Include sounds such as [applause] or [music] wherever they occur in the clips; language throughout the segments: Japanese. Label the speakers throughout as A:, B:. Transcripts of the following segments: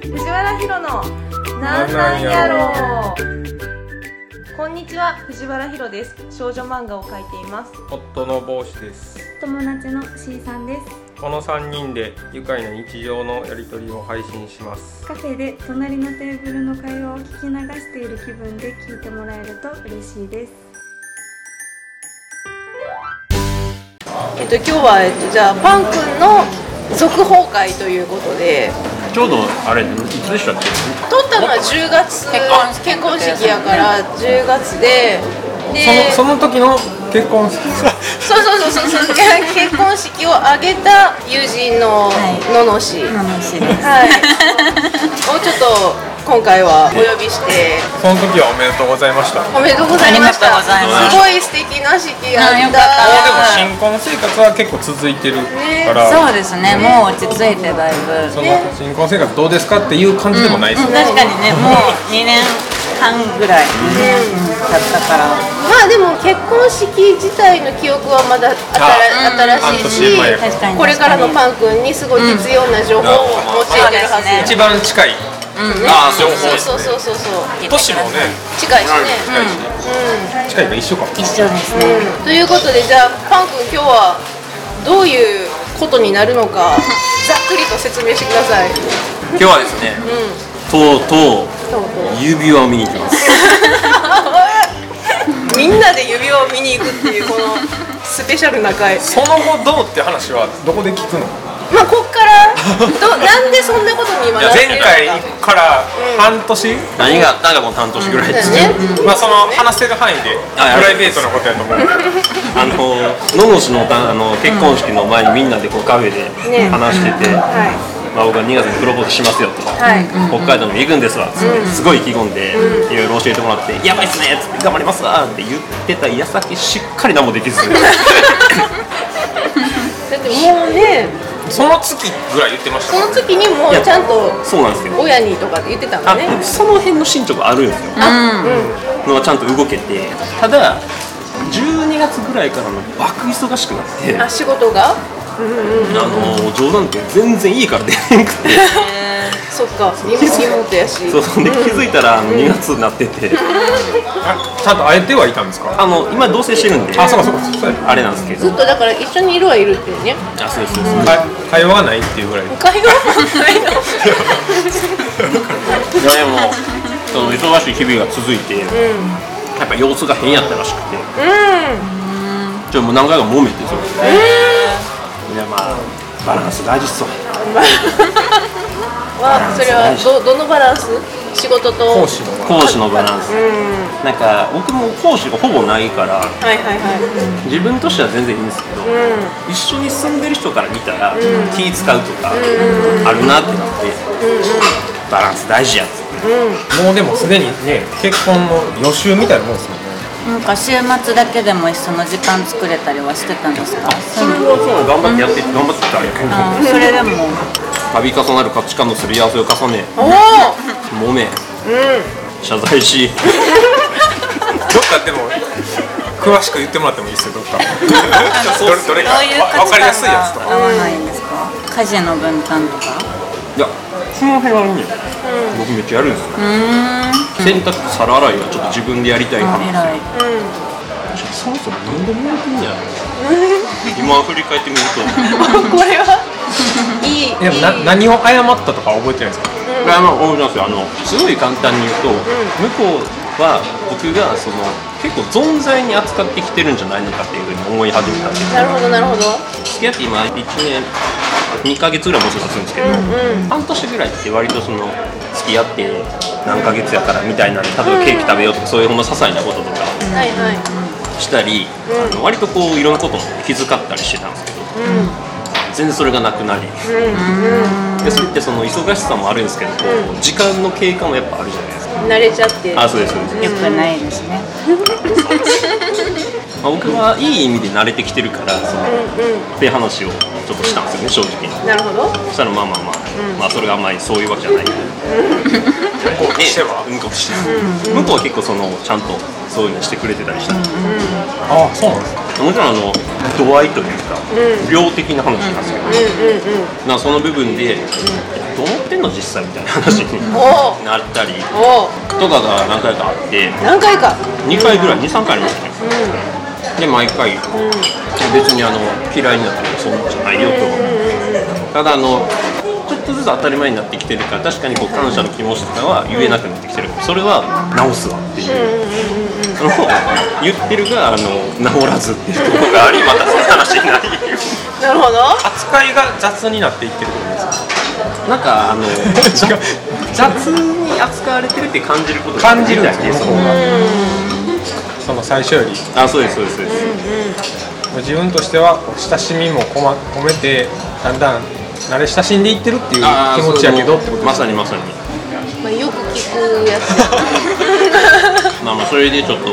A: ひろのなんなんやろこんにちは藤原ひろです少女漫画を描いています
B: 夫の帽子です
C: 友達の C さんです
B: この3人で愉快な日常のやり取りを配信します
C: カフェで隣のテーブルの会話を聞き流している気分で聞いてもらえると嬉しいです
D: えっと、今日は、えっと、じゃあパン君の続報会ということで
E: ちょうどあれいつでしたっけ
D: 撮ったのは10月結婚式やから10月でで
B: その時の結婚式
D: そうそうそうそうそう結婚式を挙げた友人のののし、はいをちょっと今回はお呼びして
B: その時はおめでとうございました
D: おめでとうございました
F: ありがとうございま
D: す
F: す
D: ごい素敵な式や
F: あ
D: っ
F: よかった
D: た
B: でも新婚生活は結構続いてるから、
F: そうですね、もう落ち着いてだいぶ。
B: その新婚生活どうですかっていう感じでもないですね、
F: 確かにね、もう2年半ぐらい経ったから。
D: まあでも結婚式自体の記憶はまだ
B: あうん
D: 新しいし、
B: 半年前
F: 確かに
D: これからのパン君にすごい必要な情報を用いてるはず、
F: うん
B: 一番近い
F: あ
B: 情報
D: そうそうそうそうそう
B: 都市もね
D: 近いしね、
B: 近いが一緒かも
F: 一緒ですね。
D: ということでじゃあパン君今日はどういうことになるのかざっくりと説明してください
G: 今日はですね、とうとう指輪を見に行きます
D: みんなで指輪を見に行くっていうこのスペシャルな回
B: その後どうって話はどこで聞くの
D: まあこっからどなんでそんなことに今なってるの
B: 前
D: か
B: 回から半年、
G: 何があったんだこの半年ぐらいですね、
D: ね
B: まあその話せる範囲でプ
G: あ
B: ライベートのことやと思う
G: あのののしのたあの結婚式の前にみんなでこうカフェで話してて、まあ、僕は2月にプロポーズしますよと、北海道にも行くんですわっつって、すごい意気込んで、いろいろ教えてもらって「やばいっすね」っつって「頑張りますわ」って言ってた矢先しっかり何もできず
D: だってもうね
B: [laughs] その月ぐらい言ってました
D: そ
B: もん
D: の時にもうちゃんと
G: そうなんですけど
D: 親にとかって言ってたの
G: あ
D: ね
G: その辺の進捗あるんですよ、のはちゃんと動けてただ12月ぐらいからの爆忙しくなって
D: あ仕事が
G: あの冗談って全然いいから出へん
B: [laughs]
G: くて
D: そっかリモートやし
G: そうそうで気づいたらあの2月になってて
B: あちゃんと会えてはいたんですか
G: あの今同棲してるんで
B: あ
G: あ
B: そうかそうかそうや
G: れなんですけど
D: ずっとだから一緒にいるはいるっていうね
G: あそうですそうです、
B: 会会話がないっていうぐらい
D: 会話もないの
G: いやでもその忙しい日々が続いて、やっぱ様子が変やったらしくてうんちょもう何回か揉めてそういやまあバランス大事っすわ
D: はそれはどどのバランス仕事と
B: 講師の
G: 講師のバランス、なんか僕も講師がほぼないから
D: はいはいはい
G: 自分としては全然いいんですけど、一緒に住んでる人から見たら、気使うとか、あるなってなって、バランス大事やっつって
B: もうでもすでにね結婚の予習みたいなもんですもん
F: な
B: ね
F: んか週末だけでも一緒の時間作れたりはしてたんですか。
G: それはそう頑張ってやって、頑張ってたらやけど
F: あーそれでも。
G: 度重なる価値観のすり合わせを重ね
D: おお
G: 揉め、謝罪し
B: どっかでも詳しく言ってもらってもいいですよどっかどれどれか
F: どういう
B: わわかり
F: 価
B: や
F: 値
B: すいやつ
F: 観が合
B: とか
F: わないんですか。家事の分担とか。
G: いやその辺はね、僕めっちゃやるんですよ、洗濯と皿洗いはちょっと自分でやりたいな、
F: 偉い。
G: そもそも何でもやってんじゃない [laughs] 今振り返ってみる [laughs] と
D: これはいい
B: でもない
D: い
B: 何を謝ったとか覚えてないですか
G: いやまあ思いますよあのすごい簡単に言うと、向こうは僕がその結構存在に扱ってきてるんじゃないのかっていうふうに思い始めたんで
D: なるほどなるほど
G: す付き合って今1年2ヶ月ぐらいもうすぐ経つんですけど、半年ぐらいって割とその付き合って何ヶ月やからみたいなんで例えばケーキ食べようとかそういうほんま些細なこととか
D: はいはい
G: したり、あの割とこういろんなことも気遣ったりしてたんですけど、全然それがなくなり、でそれってその忙しさもあるんですけどこう時間の経過もやっぱあるじゃないです
D: 慣れ
G: か、
D: ちゃって
G: あそうですそうです、
F: 良くないですね。
G: まあ、僕はいい意味で慣れてきてるからその、っていう話をちょっとしたんですよね正直に
D: なるほど
G: そしたらまあまあまあ、まあそれがあんまりそういうわけじゃない
H: 向こうとしては、
G: 向こうとしては向こうは結構そのちゃんとそういうのしてくれてたりしたも
H: ああそうなんですか
G: ちろんあの度合いというか、量的な話なんですけど、なその部分で、どう思ってんの実際みたいな話に
D: お
G: なったり
D: お
G: とかが何回かあって
D: 何回か
G: 2回ぐらい23回ありましたね、で毎回、別にあの嫌いになったりもそうなんじゃないよとか、ただあのちょっとずつ当たり前になってきてるから確かにこう感謝の気持ちとかは言えなくなってきてるそれは直すわっていう、その言ってるがあの直らずっていうところが [laughs] ありまたその話になり
D: なるほど
H: 扱いが雑になっていっ
B: [laughs]
H: てるってことですか
G: なんかあ [laughs] の雑雑に扱われてるって感じることが
H: 感じるん
G: み
H: で
G: たい
H: すね
G: で
H: そ
G: そ
H: こ
G: の
H: がその最初より
G: あそうですそうですそうです、
H: 自分としては親しみも込,、ま、込めてだんだん慣れ親しんでいってるっていう
G: あー
H: 気持ちやけどってことです
G: まさにまさに
D: まあよく聞くやつ
G: まあまあそれでちょっと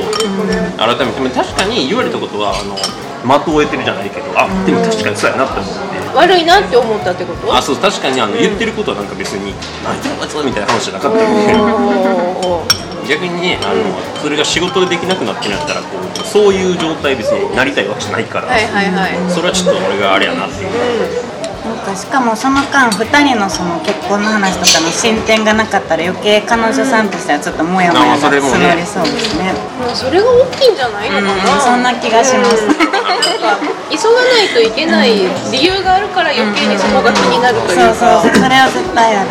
G: 改めて、まあ確かに言われたことはあの的を終えてるじゃないけどあでも確かにそうやなって思って。
D: 悪いなって思ったってこと
G: あそう確かにあの言ってることはなんか別に「あいつもこいつもみたいな話じゃなかったん
D: おお
G: で逆にねあのそれが仕事でできなくなってなったらこうそういう状態別になりたいわけじゃないから、
D: はいはいはい
G: それはちょっと俺があれやなっていう
F: なんかしかもその間2人のその結婚の話とかの進展がなかったら余計彼女さんとしてはちょっとモヤモヤが
G: あそれもね
F: 募りそうですね
D: まあそれが大きいんじゃないのかな、
F: うんそんな気がします
D: うんなんか急がないといけない理由があるから余計にそこが気になるという
F: そう
D: か、
F: そうそれは絶対ある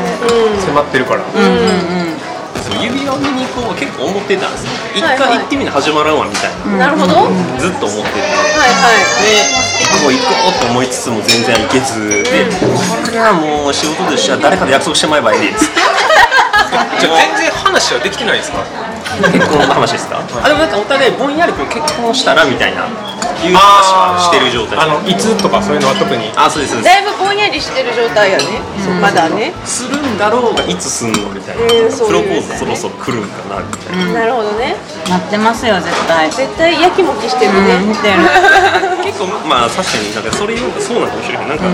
H: 迫ってるから、
G: そう指輪を見に行こうは結構思ってたんですよ一
D: はい
G: 回
D: はい
G: 行ってみな始まらんわみたいな、
D: なるほど、はい
G: ずっと思ってて、
D: は
G: で、行こう行こうと思いつつも全然行けず、で、これはもう仕事としては誰かと約束してまえばいいです。
H: じゃあ全然話はできてないですか
G: 結婚の話ですか。あ、でもなんかお互いぼんやりこう結婚したらみたいな、いう話はしてる状態。
H: あのいつとかそういうのは特に
G: あ、そうですそう
D: い
G: で
D: だいぶぼんやりしてる状態やね、まだね、
G: す。するんだろうがいつすんのみたいな、
D: うんそう
G: プロポ
D: いう
G: ーズそろそろ来るんかなみたい
D: な
G: な。
D: るほどね
F: 待ってますよ絶対
D: 絶対やきもきしてるね、
F: うん見てる
G: 結構まあ確かになんかそれ言うとそうなのかもしれないなんか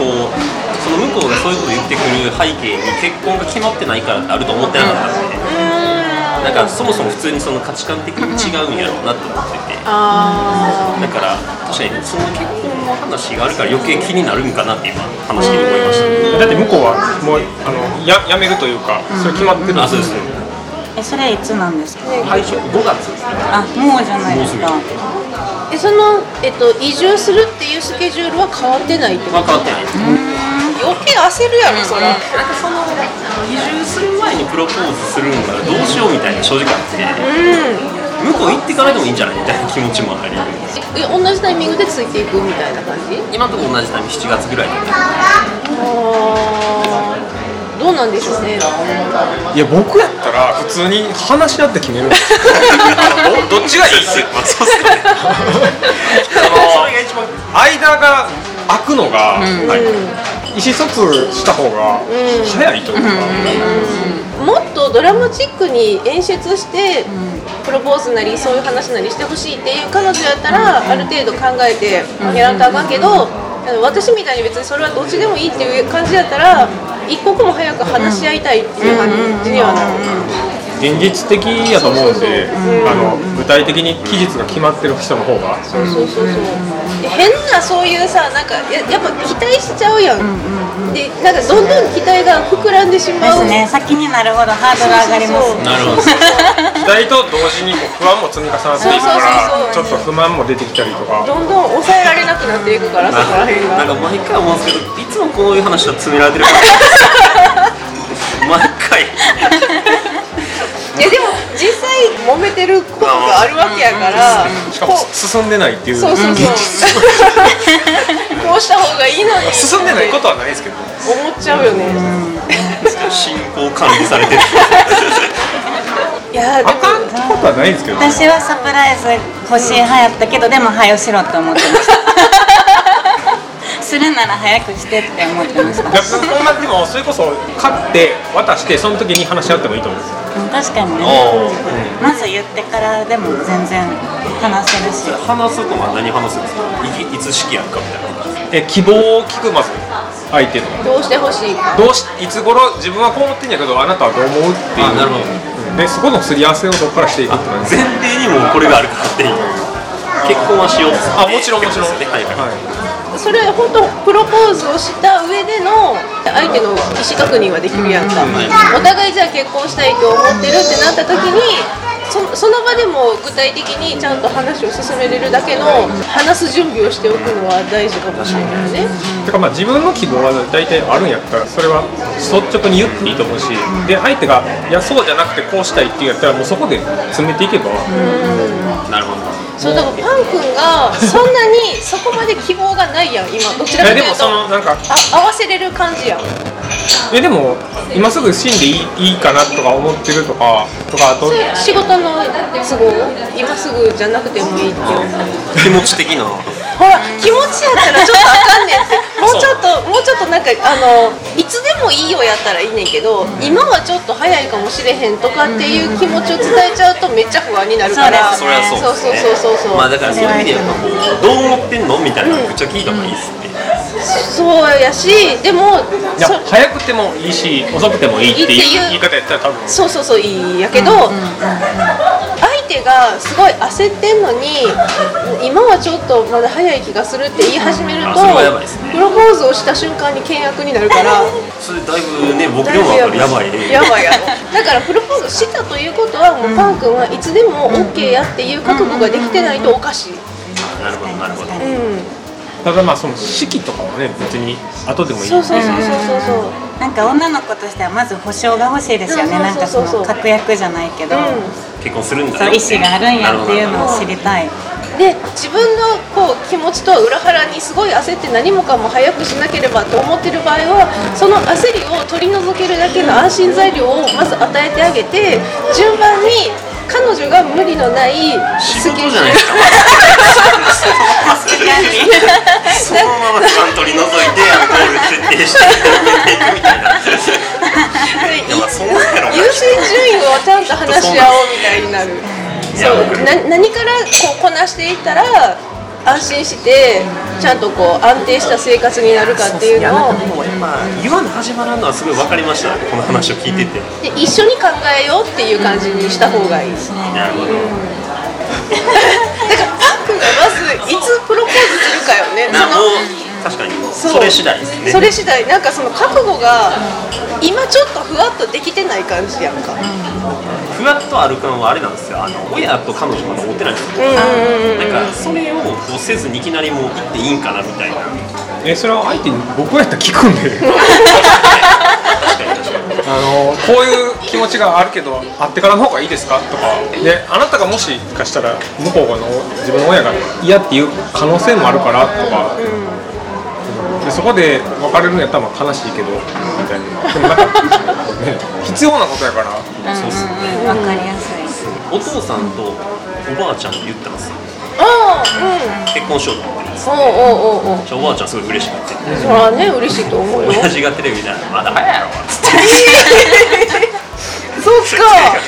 G: こうその向こうがそういうこと言ってくる背景に結婚が決まってないからってあると思ってなかったんで、なんかそもそも普通にその価値観的に違うんやろうなって思ってて、
D: あ
G: だから確かにその結婚の話があるから余計気になるんかなって今話して思いました、
H: だって向こうはもうあのややめるというかそれ決まってるん
G: あそうですね
F: えそれいつなんですか
G: 配信5月ですね
F: あもうじゃないですか
G: も
D: ーえその、えっと、移住するっていうスケジュールは変わってないってこと
G: まあ変わってない
D: 余計焦るやろそれ、
G: なんかその移住する前にプロポーズするんならどうしようみたいな正直あって、向こう行ってからでもいいんじゃないみたいな気持ちもあり
D: え同じタイミングでついていくみたいな感じ
G: 今のところ同じタイミング7月ぐらい
D: あーどうなんでしょうね
H: いや僕やったら普通に話し合って決めるんですよ
G: どっちがいいっすまあそうっすねそれが一番
H: 間が空くのが、はい意思疎通した方が早いというか、
D: もっとドラマチックに演出して、プロポーズなりそういう話なりしてほしいっていう彼女やったら、ある程度考えてやらんとあかんけど、あの私みたいに別にそれはどっちでもいいっていう感じやったら一刻も早く話し合いたいっていう感じにはなる、
H: 現実的やと思うんで、あの具体的に期日が決まってる人の方が、
D: そうそうそうそうで変なそういうさなんかややっぱ期待しちゃうやん,、でなんかどんどん期待が膨らんでし
F: で
D: まう
F: すね先になるほどハードル上がります
D: そう
G: なるほど
H: 期待と同時にもう不安も積み重なっていくからち
D: そ
H: ょ
D: うそう
H: っと不
D: そうそう
H: 満も出てきたりとか
D: どんどん抑えられなくなっていくからそこら辺
G: な
D: が
G: んか毎回思うんですけどいつもこういう話は詰められてるから毎回
D: いやでも実際揉めてることがあるわけやから
H: しかも進んでないっていう
D: そうそうそうこうした方がいいのに
H: 進んでないことはないですけど
D: 思っちゃうよね
G: 進行管理されてる
D: いやでも
H: あかんことはないですけど
F: 私はサプライズ欲しい派やったけどでも早しろって思ってましたするなら早くしてって思ってました
H: いやそんなでもそれこそ買って渡してその時に話し合ってもいいと思うんですよ
F: うん確かにね
G: お
F: まず言ってからでも全然話せるし
G: 話すとは何話すんですかいいつ式やるかみたいな
H: え希望を聞くまず
B: 相手の
D: どうしてほしいか
B: どうしいつ頃自分はこう思ってんやけどあなたはどう思うっていう
G: あなるほど
B: うんでそこのすり合わせをどこからしていくって感じ
G: 前提にもうこれがあるからっていう結婚はしよう
B: あもちろんもちろん
G: ってことですよねはいはい
B: は
D: それ本当プロポーズをした上での相手の意思確認はできるやんか、お互いじゃあ結婚したいと思ってるってなった時にそその場でも具体的にちゃんと話を進めれるだけの話す準備をしておくのは大事かもしれないね、
B: い、てかまあ自分の希望は大体あるんやったらそれは率直に言っていいと思うしで相手がいやそうじゃなくてこうしたいって言うやったらもうそこで詰めていけば、
G: なるほど
D: そうだからパン君がそんなにそこまで希望がないやん今どちらか
B: え
D: とい
B: で
D: う
B: も
D: と
B: そのなんか
D: あ合わせれる感じやん
B: えでも今すぐ死んでいいいいかなとか思ってるとかとかあと
D: それ仕事の都合今すぐじゃなくてもいいっていう
G: 気持ち的な
D: ほら気持ちやったらちょっとあかんねんってもうちょっともうちょっとなんかあのいつでもいいよやったらいいねんけど今はちょっと早いかもしれへんとかっていう気持ちを伝えちゃうとめっちゃ不安になるから
F: そ
G: それはそうです、ね、
D: そうそうそうそう
G: まあだからそういう意味でやっぱこうどう思ってんのみたいなのめっちゃ聞いた方がいいですね、
D: そうやしでも
B: いや
D: そ
B: 早くてもいいし遅くてもいいって
D: いいってい
B: いうう言い方やったら多分
D: そうそうそういいやけど、相手がすごい焦ってんのに今はちょっとまだ早い気がするって言い始めると
G: あそれはやばいですね
D: プロポーズをした瞬間に倹約になる
G: [laughs]
D: から
G: それだいぶね僕でもやっぱりやばいね
D: やばいやろだからプロポーズしたということはもうパン君はいつでも OK やっていう覚悟ができてないとおかしい、
G: なるほどなるほど
D: うん、
B: ただまあその式とかはね別に後でもいい
D: そうそうそうそうそうそう
F: なんか女の子としてはまず保証が欲しいですよね
D: うん
F: なんかそ
D: そうそうそう
F: の確約じゃないけど、
D: う
G: 結婚するんだ
F: そう
G: よ
F: 意思があるんやっていうのを知りたい
D: ん、で自分のこう気持ちとは裏腹にすごい焦って何もかも早くしなければと思ってる場合はその焦りを取り除けるだけの安心材料をまず与えてあげて順番に彼女が無理のない
G: 仕
D: ス
G: 事
D: ケ
G: じ
D: ジュー
G: ゃない
D: ル
G: ですかそのまま時間取り除いてあのゴール設定してやっていくみたいないやまあそうやろうな
D: 優先順位をちゃんと話し合おうみたいになる
G: いや
D: そう
G: 僕
D: な何からこうこなしていったら安心してちゃんとこう安定した生活になるかっていうのを
G: もう今言わな始まらんのはすごい分かりましたこの話を聞いてて、
D: で一緒に考えようっていう感じにした方がいい
G: なるほど
D: だからパックンがまずいつプロポーズするかよね
G: なも
D: そう
G: 確かに
D: の
G: それ次第ですね
D: それ次第なんかその覚悟が今ちょっとふわっとできてない感じやんか
G: ふわっとある感はあれなんですよあの親と彼女まだ追ってないんですよなんかそれをこうせずにいきなりもう行っていいんかなみたいな
B: えそれは相手に僕やったら聞くんであのこういう気持ちがあるけど会ってからの方がいいですかとかであなたがもしかしたら向こうの自分の親が嫌っていう可能性もあるからとか、でそこで別れるのやったらまあ悲しいけどみたいなでもなんか、ね、必要なことやから
G: そうっすね
F: わかりやすい
G: お父さんとおばあちゃんと言ってます
D: ああ
G: 結婚しようと思ってるんです
D: うんおうおうおうおう
G: じゃあおばあちゃんすごい嬉しくて
D: そらね嬉しいと [laughs] 思うよ
G: 親父がテレビで「まだ早いやろ」っつって
D: そっか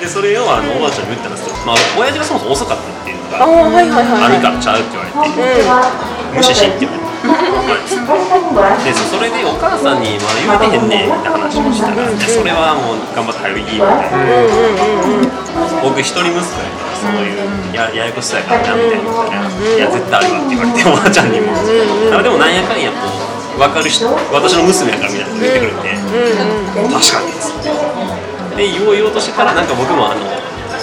G: でそれをあのおばあちゃんに言ったんですよまあ親父がそもそも遅かったっていうの
D: ああ
G: が
D: はいはいはい
G: [laughs] あるからちゃうって言われて無視しって言われてでそれでお母さんに「まだ言うてへんねん」って話をしたら「いやそれはもう頑張って早い」みたいな僕一人息子やからそういうやややこしさやからなみたいなことやいや絶対あるわ」って言われておばあちゃんにもだからでもなんやかんやこう分かる人私の娘やからみたいなこと言ってくれて「確かに」っつってで言おう言おうとしてたらなんか僕もあの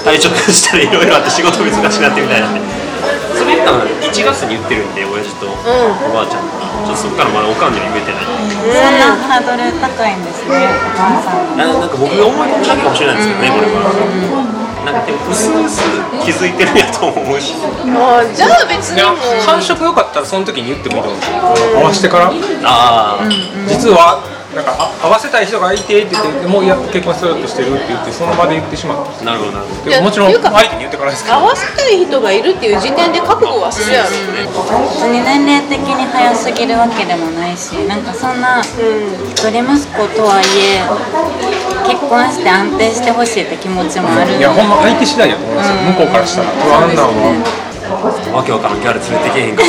G: 体調崩したりいろいろあって仕事難しくなってみたいなんでそれ言ったの1月に言ってるんで親父とおばあちゃんに、ちょっとそっからまだおかんには言えてない
F: そんなハードル高いんですねお母さんの
G: ななんか僕が思い込みだけかもしれないですけどねこれはなんかでもうすうす気づいてるんやと思うし
D: あーじゃあ別
B: で
D: にもう
B: 感触良かったらその時に言ってもいいと思うんですよ合わせてから
G: ああ、
B: 実はなんかあ合わせたい人がいてって言ってもういや結婚するとしてるって言ってその場で言ってしまう
G: なるほどなるほど
D: いや
B: もちろん
D: っていうか
B: 相手に言ってからですけど
D: 合わせたい人がいるっていう時点で覚悟はするやろ
F: 本当に年齢的に早すぎるわけでもないしなんかそんな一人息子とはいえ結婚して安定してほしいって気持ちもある
B: いやほんま相手次第やと思うんですよ向こうからしたらうわあんなんは
G: わけわからんギャル連れてけへんから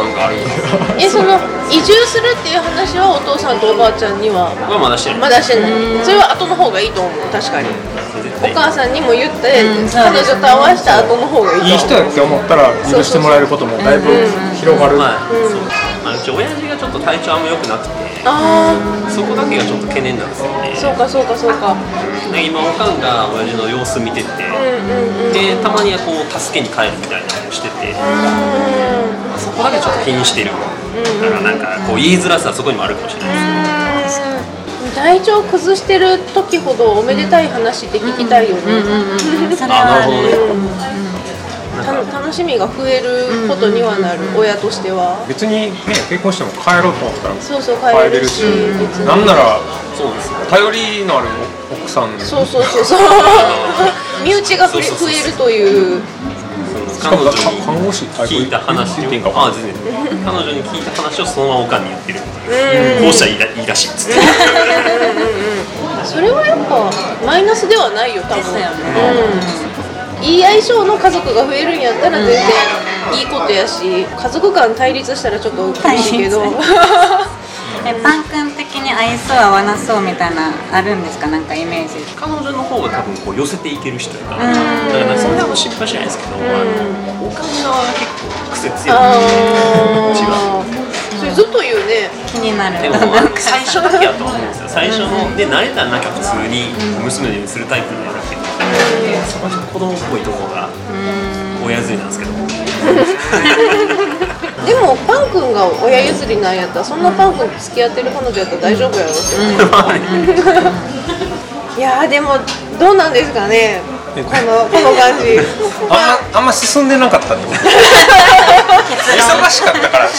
G: なんかあるんですか
D: えその移住するっていう話はお父さんとおばあちゃんには
G: はまだしてない
D: まだしてないそれは後の方がいいと思う確かに
G: 絶
D: お
G: 対
D: 母さんにも言って、
F: うん
D: 彼女と会わした後の方がいいと思う
B: いい人やって思ったら許してもらえることもだいぶ広がる、
G: まあ、そうまあ、うち親父がちょっと体調あんま良くなくて
D: あ
G: そこだけがちょっと懸念なんですよね
D: あそうかそうかそうか
G: で今おかんが親父の様子見てて、でたまにはこう助けに帰るみたいなのをしてて、まあそこだけちょっと気にしてる、だからなんかこう言いづらさはそこにもあるかもしれないです、
D: 体調崩してる時ほどおめでたい話って聞きたいよね、
F: それ
G: あな
F: は
G: るほどね、
D: た楽しみが増えることにはなる、親としては
B: 別にね結婚しても帰ろうと思ったら
D: そうそう
B: 帰
D: 帰れ
B: れる
D: るし
B: し、
D: 別に
B: なんなら
G: そうですね
B: 頼りのある奥さん
D: そうそうそう [laughs] そう身内が増え
G: そうそうそう
D: 増えるという
G: その彼女に
B: 看護師
G: 聞いた話を
B: 言っていいんか
G: ああ全然彼女に聞いた話をそのままおかんに言ってるっていうこうしたらいいらいいらしいっつ [laughs] って
D: それはやっぱマイナスではないよ多分
F: ですよね
D: うん、いい相性の家族が増えるんやったら全然いいことやし家族間対立したらちょっと苦しいけ [laughs] ど
F: 対えパン君的に合いそう合わなそうみたいなあるんですかなんかイメージ
G: 彼女の方が多分こう寄せていける人やからだからそれはもう失敗しないですけどおかん側が結構癖強いんでうち
D: あ
G: は。
D: ーそれずっと言うね
F: 気になる
G: でも最初だけやと思うんですよ最初ので慣れたらなんか普通に娘のようにするタイプになるけどそこはちょっと子供っぽいところが親譲りなんですけど [laughs]
D: でもパン君が親譲りなんやったらそんなパン君と付き合ってる彼女やったら大丈夫やろって、いやーでもどうなんですかねこの [laughs] この感じ
B: あんまあんま進んでなかったってこと忙しかったからなんか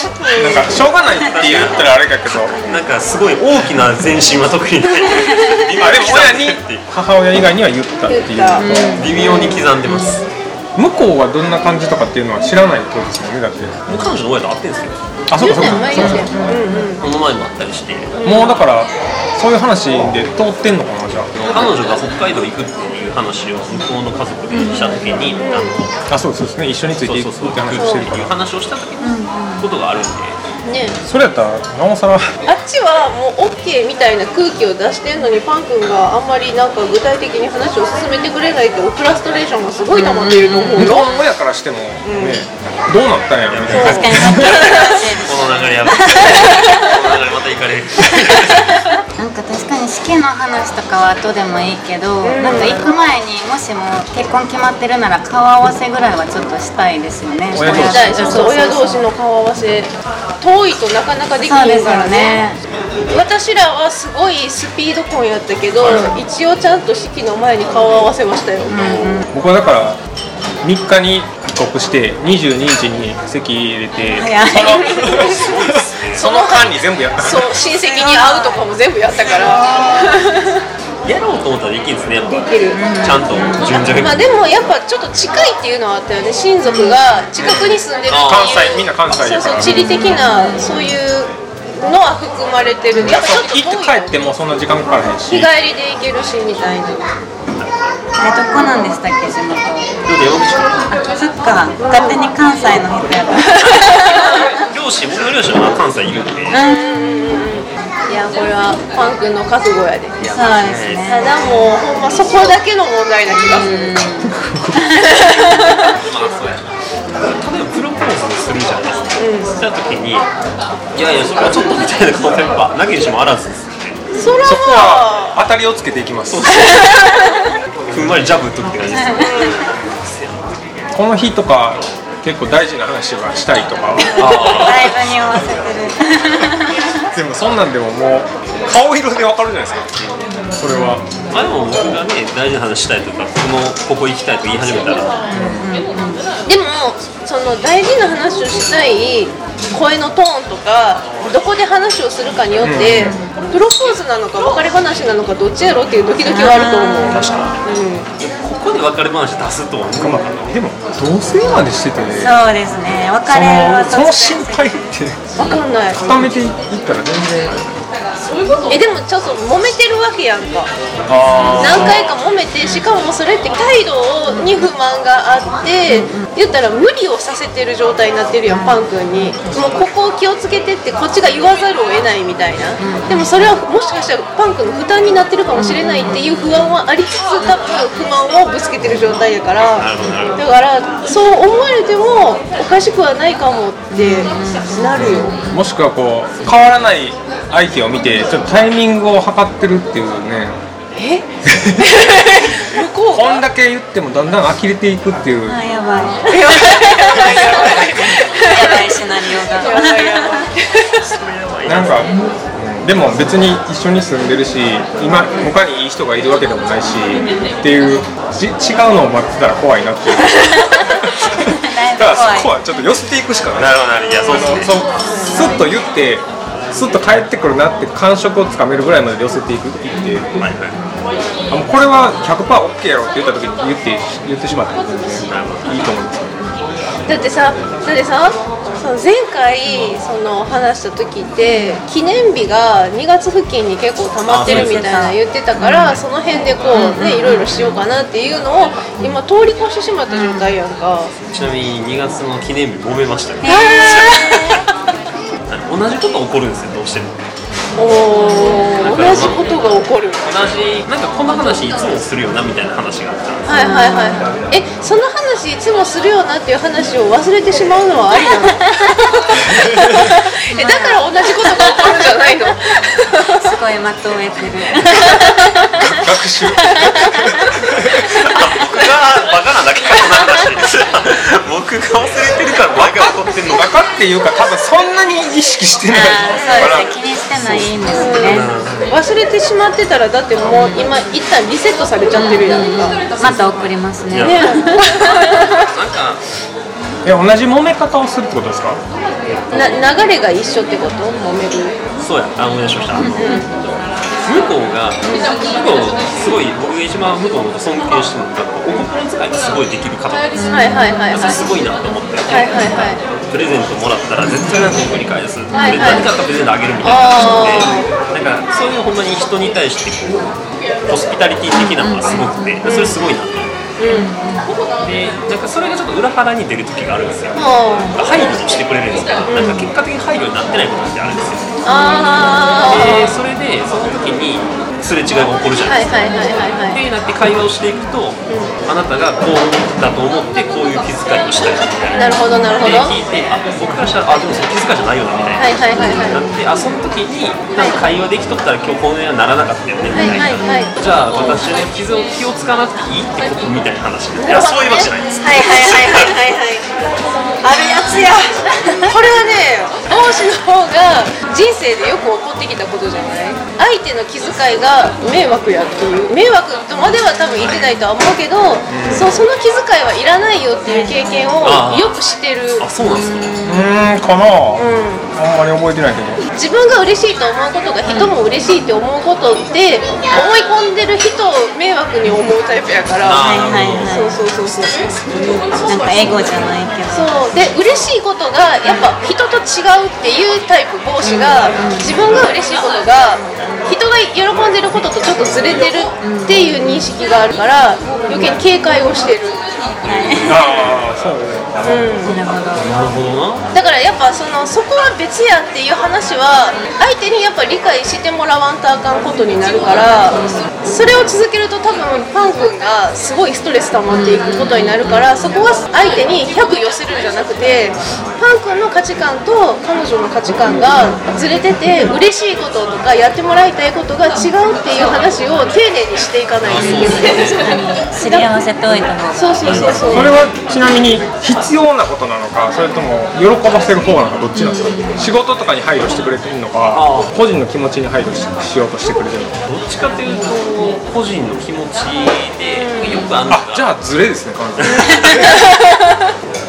B: しょうがないって言ったらあれだけど
G: なんかすごい大きな前進は特に [laughs] ない
B: あれ親に
G: 刻んでって
B: 母親以外には言ったっていう
D: 言った
G: 微妙に刻んでます
B: 向こうはどんな感じとかっていうのは知らないってことですもんねだって
G: もう彼女の親と会ってるんですけど
B: あそうかそうか
D: 前
B: そう
D: 言
B: か
D: うて
B: そうか
G: この前も会ったりして
B: もうだからそういう話で通ってんのかなじゃ
G: 彼女が北海道行くっていう話を向こうの家族でした時にあの
B: ああそうそうですね一緒につい
G: そ
B: て
G: う
B: い
G: そうそ
B: くっ
G: う
B: て話をしてるか
G: いう
B: ら
G: 話をした時のことがあるんで
D: ね
B: それやったらなおさら
D: あっちはもう OK みたいな空気を出してんのにパン君があんまりなんか具体的に話を進めてくれないっていうフラストレーションがすごい溜まってると思う
B: 日
D: よ
B: 本親からしてもねどうなったんやろみたいな
F: 確かになんか
G: [laughs] この流れやばいこの流れまた行かれ [laughs] る
F: なんか確かに式の話とかは後でもいいけど、なんか行く前にもしも結婚決まってるなら顔合わせぐらいはちょっとしたいですよね
B: 親同士
D: だいそう親同士の顔合わせ遠いとなかなかでき
F: そう
D: な
F: で
D: い
F: す
D: か
F: よ
D: らね
F: ね
D: 私らはすごいスピード婚やったけど、一応ちゃんと式の前に顔合わせましたよ、
B: 僕はだから3日に帰国して22日に席入れて [laughs]
F: 早い
B: その間に全部やった
D: そう親戚に会うとかも全部やったから
G: やろうと思ったらできるんですねやっぱ
D: できる
G: ちゃんと順序に
D: まあでもやっぱちょっと近いっていうのはあったよね親族が近くに住んでるっていう
B: 関西みんな関西
D: そう
B: やか
D: そう
B: ら
D: 地理的なそういうのは含まれてるやっぱちょっと
B: 行
D: 遠
B: って
D: い
B: 帰ってもそんな時間かからへん
D: 日
B: し
D: 帰りで行けるしみたいな
F: えどこなんでしたっけ地元
G: 両親
F: あそっか勝手に関西の人やった
G: 両親僕の両親は関西いるんで
D: いやこれはパン君の覚悟やで
F: そうです
D: た
F: ね
D: だもうほんまそこだけの問題な気がする
G: まあそうやな例えばプロポーズするじゃないですか、した時にいやいやそれはちょっとみたいなことやっぱなきにしもあらずですよね [laughs]
D: それ
B: そこ
D: は
B: は当たりをつけていきます
G: ふんわりジャブ打っとくって感じですよ
B: この日とか結構大事な話がしたいとか
F: ライブに合わせてる
B: [laughs] でもそんなんでももう顔色でわかるじゃないですかそれは
G: まあでも僕がね大事な話したいとかこのここ行きたいと言い始めたら
D: でもその大事な話をしたい声のトーンとかどこで話をするかによって、プロポーズなのか別れ話なのかどっちやろっていうドキドキはあると思う
G: 確かにここで別れ話出すとは思う
B: まあでも同棲までしててね
F: そうですね別れは
B: そのその心配って
D: 分かんない
B: 固めていったら全然
D: そうえでもちょっと揉めてるわけやんか
G: あ
D: 何回か揉めてしかもそれって態度に不満があって言ったら無理をさせてる状態になってるやんパン君にもうここを気をつけてってこっちが言わざるを得ないみたいなでもそれはもしかしたらパン君の負担になってるかもしれないっていう不安はありつつ多分不満をぶつけてる状態やから
G: なるほどなるほ
D: だからそう思われてもおかしくはないかもってなるよ
B: もしくはこう変わらない相手を見てちょっとタイミングを測ってるっていうね
D: え向こう
B: こ
D: が
B: んだけ言ってもだんだん呆れていくっていう
F: あやばいやばいシナリオが
B: なんかでも別に一緒に住んでるし今他にいい人がいるわけでもないしっていうち違うのを待ってたら怖いなっていう
F: だい
B: だ
F: ぶ
B: から
F: 怖い
B: そこはちょっと寄せていくしかな
G: な
B: い
G: るほどなるほどいやそうですね
B: そうスッと言ってスッと帰ってくるなって感触をつかめるぐらいまで寄せていくって言って
G: はいはい
B: あもうこれは 100%OK やろって言った時に言って言ってしまって全然いいと思うんですよ
D: だってさだってさその前回その話した時って記念日が2月付近に結構溜まってるみたいな言ってたからその辺でこうねいろいろしようかなっていうのを今通り越してしまった状態やんか
G: ちなみに2月の記念日揉めましたね [laughs] 同じこと起こるんですよどうしても
D: おー同じことが起こる
G: 同じなんかこんな話いつもするよなみたいな話があったんです
D: はいはいはいえその話いつもするよなっていう話を忘れてしまうのはありなの [laughs] えだから同じことが起こるんじゃないの
F: すごいまとめてる
B: 学習
G: 僕がバカなだけかな話僕が忘れてるからバカが起こってんの
B: バカっていうか多分そんなに意識してない
F: あそうですね気にしてないんですね
D: 忘れてしまってたらだってもう今一旦リセットされちゃってるやんか、
F: また送りますね
G: ね
D: ね
B: え同じ揉め方をするってことですか
D: な流れが一緒ってこと揉める
G: そうや、あ、思い出しました。あの向こうが、向こう、すごい、僕が一番向こうのこと尊敬してるのが、お心遣いがすごいできる方。そ
D: はいはいはいはい
G: れすごいなと思って、
D: はいはいはい
G: プレゼントもらったら、絶対なんか送り返す。で
D: はい
G: 何かあったらプレゼントあげるみたいな人で、なんか、そういうのほんまに人に対して、こう、ホスピタリティ的なのがすごくて、それすごいなと思って。で、なんか、それがちょっと裏腹に出る時があるんですよ。
D: あ
G: 配慮をしてくれるんですけど、なんか結果的に配慮になってないことってあるんですよ。
D: ああ
G: でそれでその時にすれ違いが起こるじゃ
D: ーは
G: な
D: いい
G: ですか。
D: はいはいはいはい
G: でなって会話をしていくと、あなたがこうだと思ってこういう気遣いをしたいみたい
D: な
G: な。
D: るほどなるほど
G: で
D: は
G: 聞いてあ僕からしたらあでもそれ気遣いじゃないよなみた
D: い
G: いな。
D: はいはいはい
G: なってあその時になんか会話できとったら今日このはならなかったよねみたいな、
D: はいはいはい
G: じゃあ私の傷を気をつかなくていいってことみたいな話でいやそういうわけじゃないです
D: はいはいはいはいはいはいあるやつや [laughs] これはね王子の方が人生でよく起こってきたことじゃない相手の気遣いが迷惑やっていう迷惑とまでは多分言ってないとは思うけど、そうその気遣いはいらないよっていう経験を
G: あー
D: よくしてる
G: あそうなんですか、
B: うーんかな、あんまり覚えてないけど
D: 自分が嬉しいと思うことが人も嬉しいって思うことって思い込んでる人を迷惑に思うタイプやから
F: はいはい
D: そう
F: は
D: そうそうそう
F: いなんかエゴじゃないけ
D: そ
F: ど
D: うで嬉しいことがやっぱ人と違うっていうタイプ帽子が自分が嬉しいことが人が喜んでることとちょっとずれてるっていう認識があるから余計に警戒をしてる、
B: ああそうね
D: うん、
F: なるほど
G: なるほどな
D: だからやっぱそのそこは別やっていう話は相手にやっぱ理解してもらわんとあかんことになるからそれを続けると多分パン君がすごいストレス溜まっていくことになるからそこは相手に100寄せるんじゃなくてパン君の価値観と彼女の価値観がずれてて嬉しいこととかやってもらいたいことが違うっていう話を丁寧にしていかないといけない。
F: すり合わせておいた方が
D: そうそうそうそう
B: それはちなみに必要なことなのかそれとも喜ばせる方なのかどっちなんですか、仕事とかに配慮してくれてるのか個人の気持ちに配慮ししようとしてくれてるのか
G: どっちかというと個人の気持ちでよくあるの
B: あ
G: が
B: じゃあズレですね完全に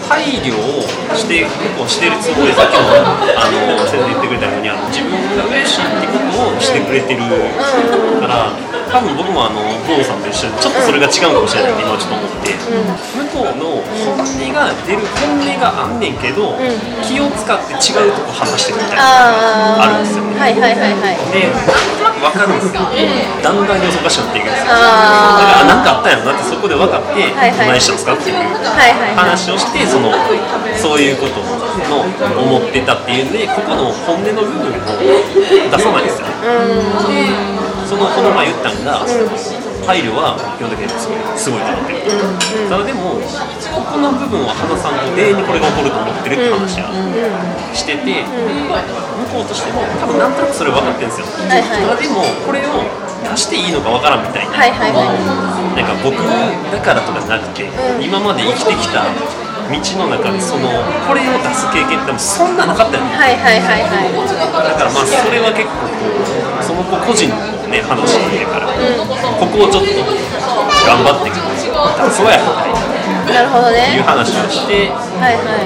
G: 配慮をしてこうしてるつもりでさっきもあの先生言ってくれたようにあの自分が嬉しいってことをしてくれてるから多分僕もあの郷さんと一緒にちょっとそれが違うかもしれないって今ちょっと思って向こうの本音が出る本音があんねんけど気を使って違うとこ話してるみたいなのがあるんですよね。
D: はいはいはいはい
G: でなんとなく分かるんですよ、だんだん予想がしちゃっていくんですよだからあ
D: あ
G: なんかあったんやろなってそこで分かって、
D: いはい
G: 何したんですかっていう
D: あはいはいはい
G: 話をしてそのそういうことの思ってたっていうんでここの本音の部分を出さないんですよねそのこの前言ったんが、配慮は基本的にすごいすごいと思ってる、ただでもここの部分は花さんと永遠にこれが起こると思ってるって話はしてて、向こうとしても多分なんとなくそれ分かってるんですよ、
D: いはい
G: ただでもこれを出していいのか分からんみたいな、
D: はいはいはい
G: なんか僕だからとかじゃなくて、今まで生きてきた道の中でそのこれを出す経験ってでもそんななかったよね
D: はいはいはいはい
G: だからまあそれは結構こうその子個人のね話だから、ここをちょっと頑張っていくそうやみ
D: なるほど
G: たいないう
D: ね
G: 話をして、
D: はいはい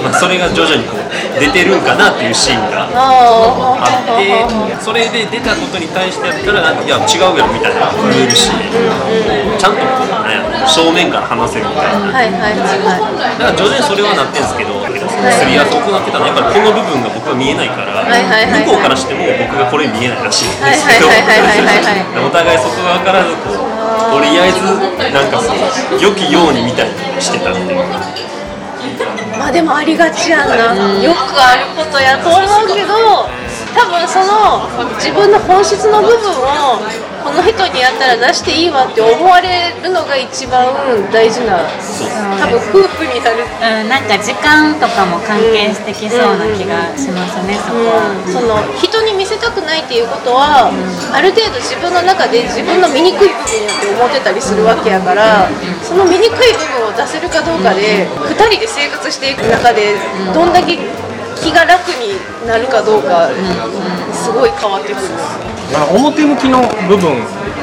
G: まあ、それが徐々にこう出てるんかなっていうシーンが。
D: あ
G: あ
D: あ
G: ってそれで出たことに対してやったらなんかいや違うよみたいなこと言えるし、ちゃんとこうなんや正面から話せるみたいな。
D: はいはいはいは
G: だから徐々にそれはなってんですけど、すり合わせを行ってたのは、やっぱりこの部分が僕は見えないから、
D: いはいはいはい
G: 向こうからしても僕がこれ見えないらしいん
D: はい
G: ですけど、
D: はいはいはいはい
G: お互いそこが分からずこう、とりあえず、なんかそう、良きようにみたいにしてたんで、
D: いまあでもありがちやんなよくあることやと思うけど多分その自分の本質の部分をこの人にやったら出していいわって思われるのが一番大事な
G: そう
D: 多分フープになる
F: うん、なんか時間とかも関係してきそうな気がしますね、そこは。
D: その人に見せたくないっていうことは、ある程度自分の中で自分の醜い部分やって思ってたりするわけやから、その醜い部分を出せるかどうかで、2人で生活していく中でどんだけ気が楽になるかどうか、すごい変わってくる。
B: だから表向きの部分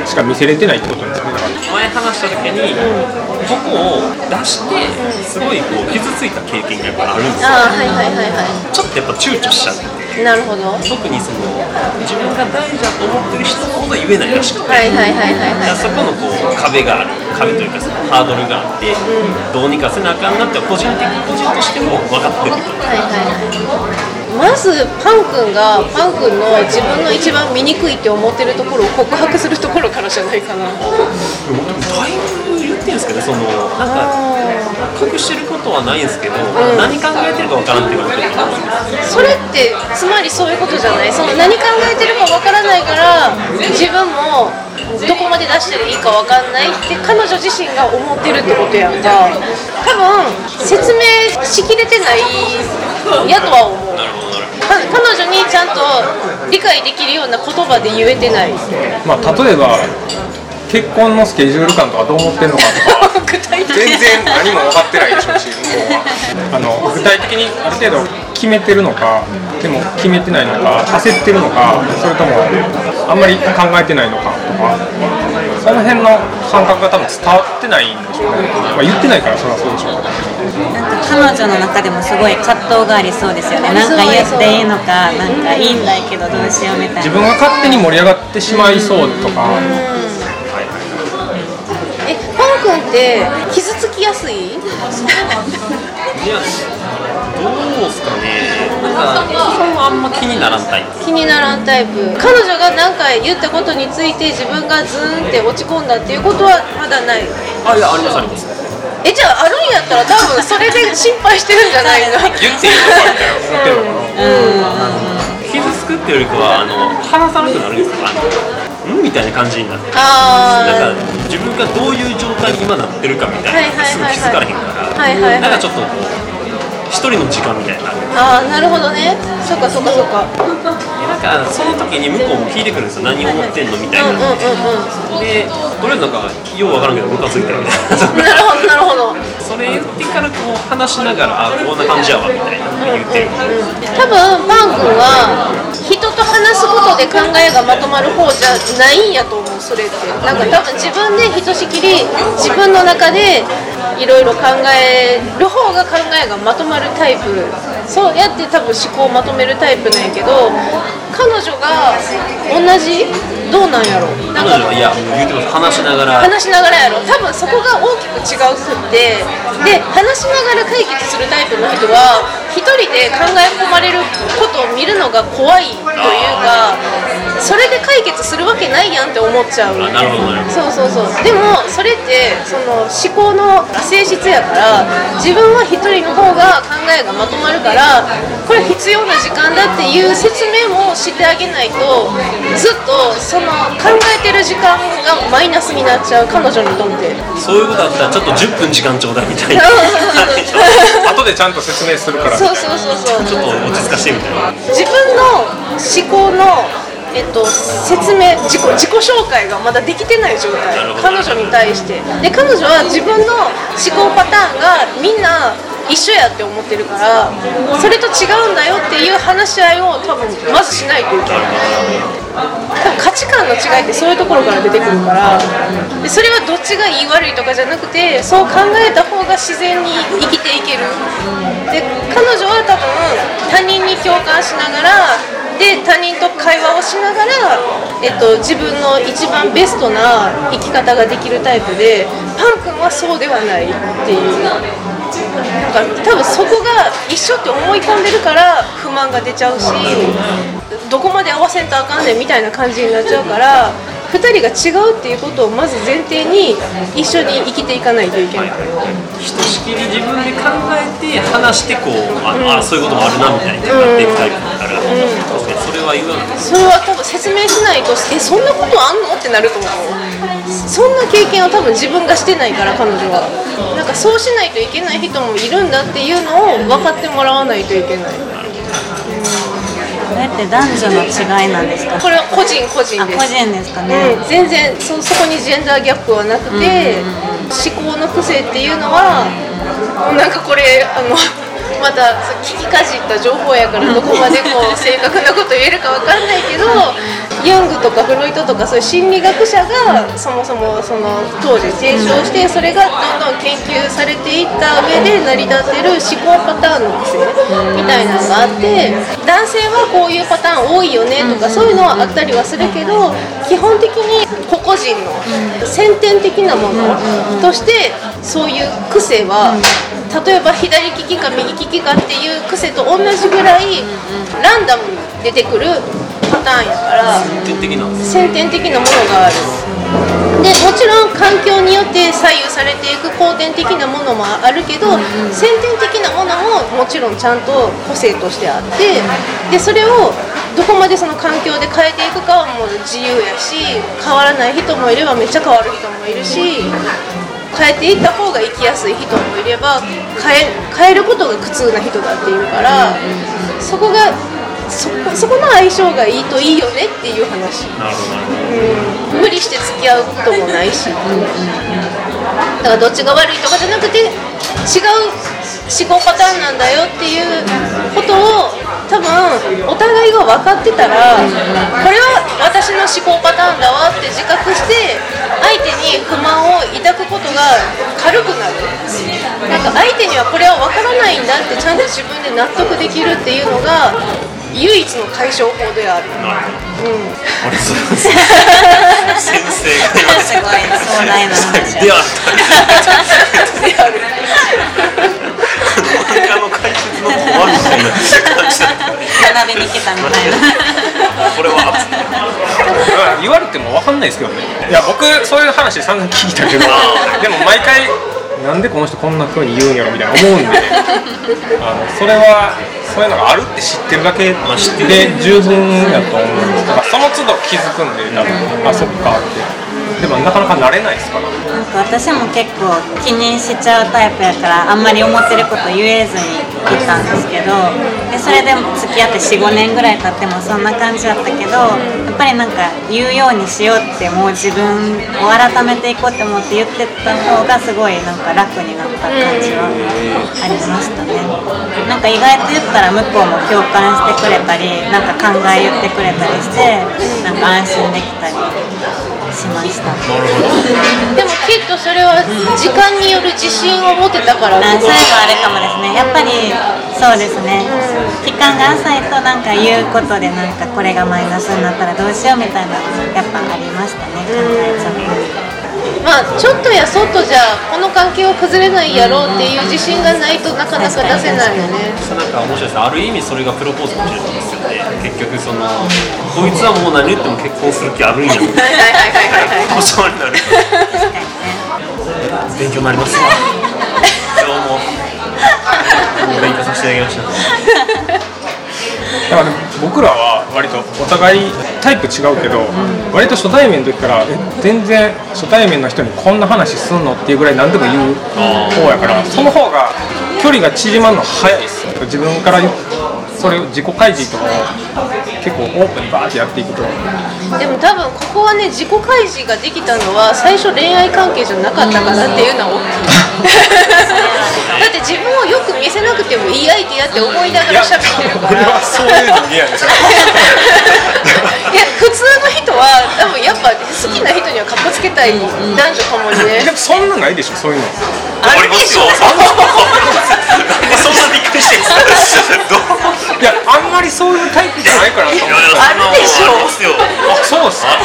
B: しか見せれてないってことですよねだから
G: 前話した時に、ここを出して、すごいこう傷ついた経験がやっぱあるんですよ、
D: あーはいはいはいは
G: ちょっとやっぱ躊躇しちゃって。
D: いなるほどはい
G: 特にその自分が大事だと思ってる人ほど言えないらしくて、
D: はいはいはい
G: だから
D: は
G: そこのこう壁がある壁というかそのハードルがあって、どうにかせなあかんなって個人的個人としても分かってると
D: いはいはいまずパン君がパン君の自分の一番醜いって思ってるところを告白するところからじゃないかな
G: だいぶ言ってるんですけどねそのなんか隠してることはないんですけど、何考えてるか分からんって言われてると思うんです
D: それってつまりそういうことじゃないその何考えてるかわからないから自分もどこまで出したらいいかわかんないって彼女自身が思ってるってことやんか多分説明しきれてないやとは思うか彼女にちゃんと理解できるような言葉で言えてない
B: まあ例えば結婚のスケジュール感とかどう思ってんのかとか
D: 具体的
B: 全然何も分かってないでしょうし向こうはあの具体的にある程度決めてるのかでも決めてないのか焦ってるのかそれともあんまり考えてないのかとかその辺の感覚が多分伝わってないんでしょうね、まあ、言ってないからそれはそうでしょうけど
F: なんか彼女の中でもすごい葛藤がありそうですよね。なんか言っていいのか、なんかいいんだけどどうしようみたい
B: 自
F: な。
B: 分が勝手に盛り上がってしまいそうとか
D: えパン君って傷つきやすい
G: いやどうですかねなんかそんなあんま気にならんタイプ
D: 気にならんタイプ彼女が何か言ったことについて自分がズーンって落ち込んだっていうことはまだない
G: あいやありますあります
D: えじゃああるんやったら多分それで心配してるんじゃないの
G: 言っていいのかみたいな思ってるのかな傷つくっていうよりかはあの話さなくなるんですかあのうんみたいな感じになってだか
D: あ
G: ら自分がどういう状態に今なってるかみたいなのがすぐ気づかれへんから、
D: はいはいはいはいはいはい
G: なんかちょっとこう一人の時間みたいな
D: ーあーなるほどねそっかそっかそっか
G: でなんかその時に向こうも聞いてくるんですよ何思ってんのみたい
D: うんうん
G: な、
D: うんうん
G: でとりあえずなんかようわからんけどムカついたみたい
D: な
G: な
D: るほどなるほど
G: それ言ってからこう話しながらあこんな感じやわみたいな言ってる
D: 多分パン君は人と話すことで考えがまとまる方じゃないんやと思うそれってなんか多分自分でひとしきり自分の中でいろいろ考える方が考えがまとまるタイプそうやって多分思考をまとめるタイプなんやけど彼女が同じどうなんやろなん
G: 彼
D: か
G: 女はいや言ってます話しながら
D: 話しながらやろ多分そこが大きく違うくってで話しながら解決するタイプの人は一人で考え込まれることを見るのが怖いというかそれで解決するわけないやんって思っちゃう
G: あなるほどなるほど
D: そうそうそうでもそれってその思考の性質やから自分は一人の方が考えがまとまるからこれ必要な時間だっていう説明もしてあげないとずっとその考えてる時間がマイナスになっちゃう彼女にとって
G: そういうことあったらちょっと10分時間ちょうだいみたいな
B: 後でちゃんと説明するから
D: そうそうそうそう
G: ちょっと落ち着かしてみたいな
D: 自分の思考の、えっと、説明自己自己紹介がまだできてない状態
G: なるほど
D: 彼女に対してで彼女は自分の思考パターンがみんな一緒やって思ってるからそれと違うんだよっていう話し合いを多分まずしないといけない多分価値観の違いってそういうところから出てくるからでそれはどっちがいい悪いとかじゃなくてそう考えた方が自然に生きていけるで彼女は多分他人に共感しながらで他人と会話をしながら、えっと、自分の一番ベストな生き方ができるタイプでパン君はそうではないっていうなんか多分そこが一緒って思い込んでるから不満が出ちゃうしどこまで合わせんとあかんねんみたいな感じになっちゃうから2人が違うっていうことをまず前提に一緒に生きていかないといけない。
G: ひとしきり自分で考えて話してこうあのあそういうこともあるなみたいになっていくタイプだから、確かにそれは言わなかった
D: それは多分説明しないとえそんなことあんのってなると思うそんな経験を多分自分がしてないから彼女はなんかそうしないといけない人もいるんだっていうのを分かってもらわないといけない
F: これって男女の違いなんですか
D: これは個人個人
F: あ
D: で
F: 個
D: す
F: 人ですかね、
D: うん、全然そそこにジェンダーギャップはなくて、思考の癖っていうのは、なんかこれあの [laughs] また聞きかじった情報やからどこまでこう正確なこと言えるかわかんないけどユングとかフロイトとかそういう心理学者がそもそもその当時提唱してそれがどんどん研究されていった上で成り立ってる思考パターンの癖みたいなのがあって男性はこういうパターン多いよねとかそういうのはあったりはするけど基本的に個々人の先天的なものとしてそういう癖は例えば左利きか右利きかっていう癖と同じぐらいランダムに出てくるパターンやから
G: 徹底的なんです
D: 先天的なものがあるでもちろん環境によって左右されていく後天的なものもあるけど、先天的なものももちろんちゃんと個性としてあってでそれをどこまでその環境で変えていくかはもう自由やし変わらない人もいればめっちゃ変わる人もいるし変えていった方が生きやすい人もいれば変え変えることが苦痛な人だっていうから、そこがそこそこの相性がいいといいよねっていう話。
G: なるほどなるほど
D: 無理して付き合うこともないしだからどっちが悪いとかじゃなくて違う思考パターンなんだよっていうことを多分お互いが分かってたらこれは私の思考パターンだわって自覚して相手に不満を抱くことが軽くなるなんか相手にはこれは分からないんだってちゃんと自分で納得できるっていうのが唯一の解消法である。
G: あれそうです先生が今
F: [laughs] すごい壮大な話
G: ではあった漫画の解説の終わりみたいな感じだった
F: 学びに来たみたいな
G: これは熱い
B: ま [laughs] あ言われても分かんないですけどねいや僕そういう話散々聞いたけどでも毎回なんでこの人こんな風に言うんやろみたいな思うん
G: [laughs]
B: であのそれはそういうのがあるって知ってるだけ
G: あ知ってる
B: で十分やと思うんですけどまあその都度気づくんで多分あそっかってでもなかなか慣れないですから
F: なんか私も結構気にしちゃうタイプやからあんまり思ってること言えずにいたんですけどでそれでも付き合って45年ぐらい経ってもそんな感じだったけどやっぱりなんか言うようにしようってもう自分を改めていこうって思って言ってた方がすごいなんか楽になった感じはありましたねなんか意外と言ったら向こうも共感してくれたりなんか考え言ってくれたりしてなんか安心できたりしました
D: でもきっとそれは時間による自信を持てたから
F: あそういうのあるかもですねやっぱりそうですね期間が浅いとなんか言うことでなんかこれがマイナスになったらどうしようみたいなのやっぱありましたね考えちゃって
D: まあ、ちょっとやそっとじゃこの関係を崩れないやろうっていう自信がないとなかなか出せないよね
G: なんか面白いですある意味それがプロポーズかもしれないですよね結局そのこいつはもう何言っても結婚する気あるんやみたいな保証になる
F: 確かにね
G: [laughs] 勉強になります今日ももう勉強させていただきました [laughs]
B: だから僕らは割とお互いタイプ違うけど、割と初対面の時からえ全然初対面の人にこんな話すんのっていうぐらい何でも言う方やからその方が距離が縮まるの早いです自分からそれを自己開示とかを結構オープンにバーってやっていくと
D: でも多分ここはね自己開示ができたのは最初恋愛関係じゃなかったかなっていうのは大きいだって自分をよく見せなくてもいい相手やって思いながら喋ってるから
B: 俺はそういうの嫌です
D: いや普通の人は多分やっぱ好きな人にはかっこつけたい男女ともにね
B: でも [laughs] そんなんないでしょそういうの
D: あるでしょ
G: そんなびっくりしてるんですどう
B: いやあんまりそういうタイプじゃないからと思う
D: あるでしょ
G: ありますよ
B: あ [laughs] そうっすか
G: あ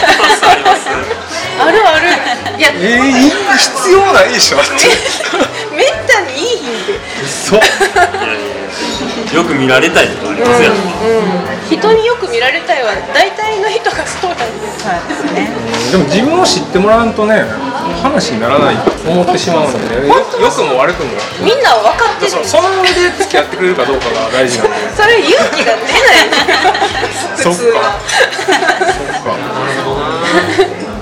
G: ります
D: あるあ [laughs] るいや
B: えー、い必要ないでしょだって
D: めったにいい日
B: [laughs] そう
G: よく見られたいとかありますやん
D: 人によく見られたいは大体の人がそうなんです
F: そうですね
B: でも自分を知ってもらうとね話にならないと思ってしまうので、ね、よ良くも悪くも
D: みんなは分かってる
B: そその上で付き合ってくれるかどうかが大事なんで
D: それ勇気が出ない
B: [laughs] そっかそっか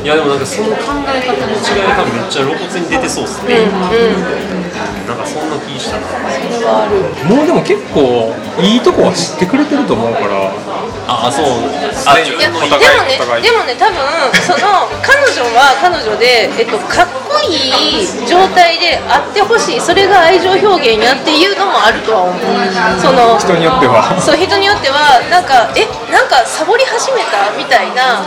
G: いやでもなんかその考え方の違いがめっちゃ露骨に出てそうっすね、なんかそんな気したな
B: もうでも結構いいとこは知ってくれてると思うから
G: ああそうあ自
D: いや
G: 分
D: でも
G: の
B: お互いお互
D: ねで
B: い
D: もね多分その彼女は彼女で、えっと、かっこいい状態であってほしいそれが愛情表現やっていうのもあるとは思う、その
B: 人によっては
D: そう人によってはなんかえなんかサボり始めたみたいな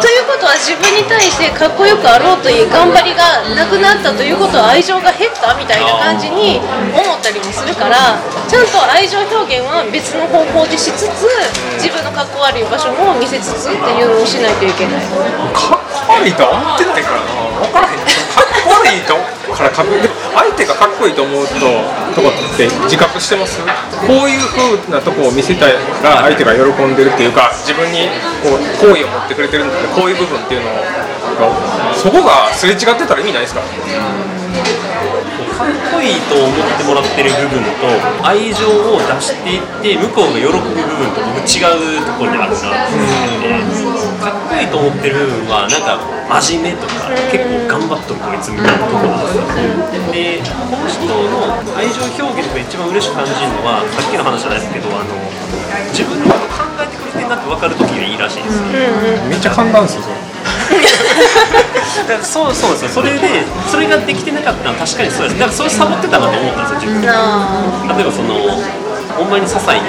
D: ということは自分に対してかっこよくあろうという頑張りがなくなったということは愛情が減ったみたいな感じに思ったりもするからちゃんと愛情表現は別の方法でしつつ自分のかっこ悪い場所も見せつつっていうのをしないといけない
B: かっこ悪いとは思ってないからな分からへんかっこ悪いとからかっこでも相手がかっこいいと思うととこって自覚してますこういう風なとこを見せたら相手が喜んでるっていうか自分にこう好意を持ってくれてるんだってこういう部分っていうのがそこがすれ違ってたら意味ないですから
G: かっこいいと思ってもらってる部分と愛情を出していって向こうが喜ぶ部分と僕違うところであるなって思っててかっこいいと思ってる部分はなんか真面目とか結構頑張っとるこいつみたいなところなんですよでこの人の愛情表現が一番嬉しく感じるのはさっきの話じゃないですけどあの自分のこと考えてくれてるなって分かる時がいいらしいですよ
B: めっちゃ簡単ですよそれ
G: だからそうそうですよそれでそれができてなかったのは確かにそうですだからそれサボってたなと思ったんですよ自分で例えばそのほんまに些細な